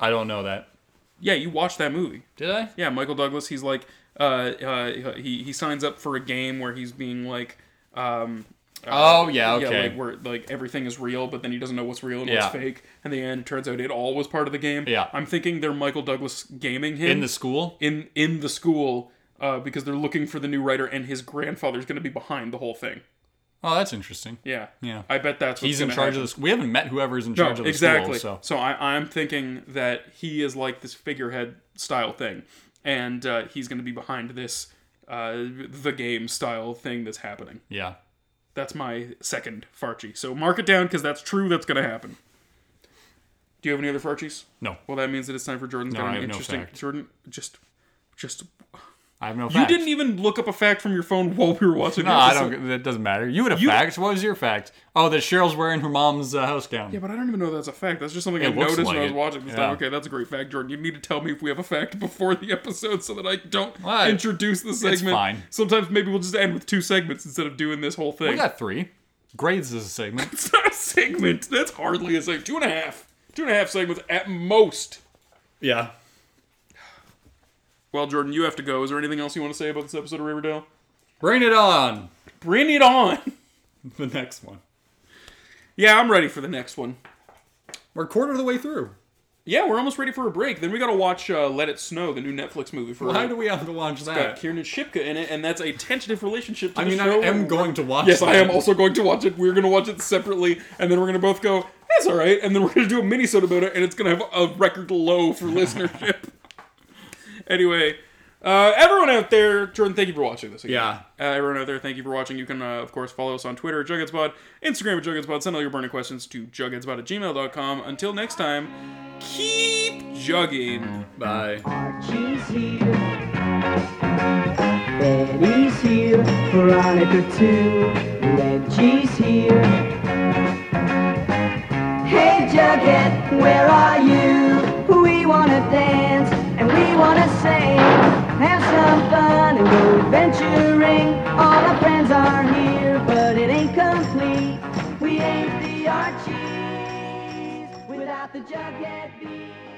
Speaker 1: I don't know that.
Speaker 3: Yeah, you watched that movie.
Speaker 1: Did I?
Speaker 3: Yeah, Michael Douglas. He's like, uh, uh, he he signs up for a game where he's being like, um,
Speaker 1: Oh yeah, okay.
Speaker 3: yeah, like where like everything is real, but then he doesn't know what's real and
Speaker 1: Yeah.
Speaker 3: what's fake. And the end turns out it all was part of the game.
Speaker 1: Yeah.
Speaker 3: I'm thinking they're Michael Douglas gaming him
Speaker 1: in the school.
Speaker 3: in in the school uh, because they're looking for the new writer, and his grandfather's going to be behind the whole thing.
Speaker 1: Oh, that's interesting.
Speaker 3: Yeah,
Speaker 1: Yeah.
Speaker 3: I bet that's what's
Speaker 1: He's in
Speaker 3: gonna
Speaker 1: charge of
Speaker 3: happen.
Speaker 1: the. sc- We haven't met whoever's in charge of the
Speaker 3: exactly.
Speaker 1: school. So
Speaker 3: so I, I'm thinking that he is like this figurehead style thing, and uh, he's going to be behind this uh, the game style thing that's happening.
Speaker 1: yeah,
Speaker 3: That's my second Farchi. So mark it down because that's true. That's going to happen. Do you have any other Farchis?
Speaker 1: no,
Speaker 3: Well, that means that it's time for Jordan's
Speaker 1: No,
Speaker 3: got
Speaker 1: I
Speaker 3: an
Speaker 1: have no
Speaker 3: interesting.
Speaker 1: fact.
Speaker 3: Jordan, just, just
Speaker 1: I have no.
Speaker 3: You
Speaker 1: facts.
Speaker 3: didn't even look up a fact from your phone while we were watching.
Speaker 1: No,
Speaker 3: the
Speaker 1: I
Speaker 3: episode.
Speaker 1: don't. That doesn't matter. You had a fact. What was your fact? Oh, that Cheryl's wearing her mom's uh, house gown.
Speaker 3: Yeah, but I don't even know that's a fact. That's just something I
Speaker 1: It looks like
Speaker 3: noticed when I was
Speaker 1: it.
Speaker 3: watching this.
Speaker 1: Yeah.
Speaker 3: Time. Okay, that's a great fact, Jordan. You need to tell me if we have a fact before the episode so that I don't
Speaker 1: What?
Speaker 3: introduce the segment.
Speaker 1: fine.
Speaker 3: Sometimes maybe we'll just end with two segments instead of doing this whole thing.
Speaker 1: We got three grades as a segment.
Speaker 3: It's not a segment. That's hardly a segment. Two and a half. Two and a half segments at most.
Speaker 1: yeah.
Speaker 3: Well, Jordan, you have to go. Is there anything else you want to say about this episode of Riverdale?
Speaker 1: Bring it on.
Speaker 3: Bring it on.
Speaker 1: The next one.
Speaker 3: Yeah, I'm ready for the next one.
Speaker 1: We're quarter of the way through.
Speaker 3: Yeah, we're almost ready for a break. Then we got to watch uh, Let It Snow, the new Netflix movie for
Speaker 1: Why do we have to watch
Speaker 3: got
Speaker 1: that?
Speaker 3: Kieran Shipka in it, and that's a tentative relationship to
Speaker 1: I
Speaker 3: the
Speaker 1: mean, I
Speaker 3: show.
Speaker 1: am going to watch.
Speaker 3: Yes, I am
Speaker 1: that.
Speaker 3: also going to watch it. We're going to watch it separately, and then we're going to both go, that's all right, and then we're going to do a mini-sode about it, and it's going to have a record low for listenership. anyway, uh, everyone out there, Jordan, thank you for watching this. Again.
Speaker 1: Yeah.
Speaker 3: Uh, everyone out there, thank you for watching. You can, uh, of course, follow us on Twitter at JugheadsPod, Instagram at JugheadsPod. Send all your burning questions to jugheadspod at gmail.com. Until next time, keep jugging.
Speaker 1: Bye.
Speaker 2: Archie's here. Betty's here. Veronica too. Reggie's here. Hey Jughead, where are you? We wanna dance and we wanna sing. Have some fun and go venturing. All our friends are here, but it ain't complete. We ain't the Archies without the Jughead bees.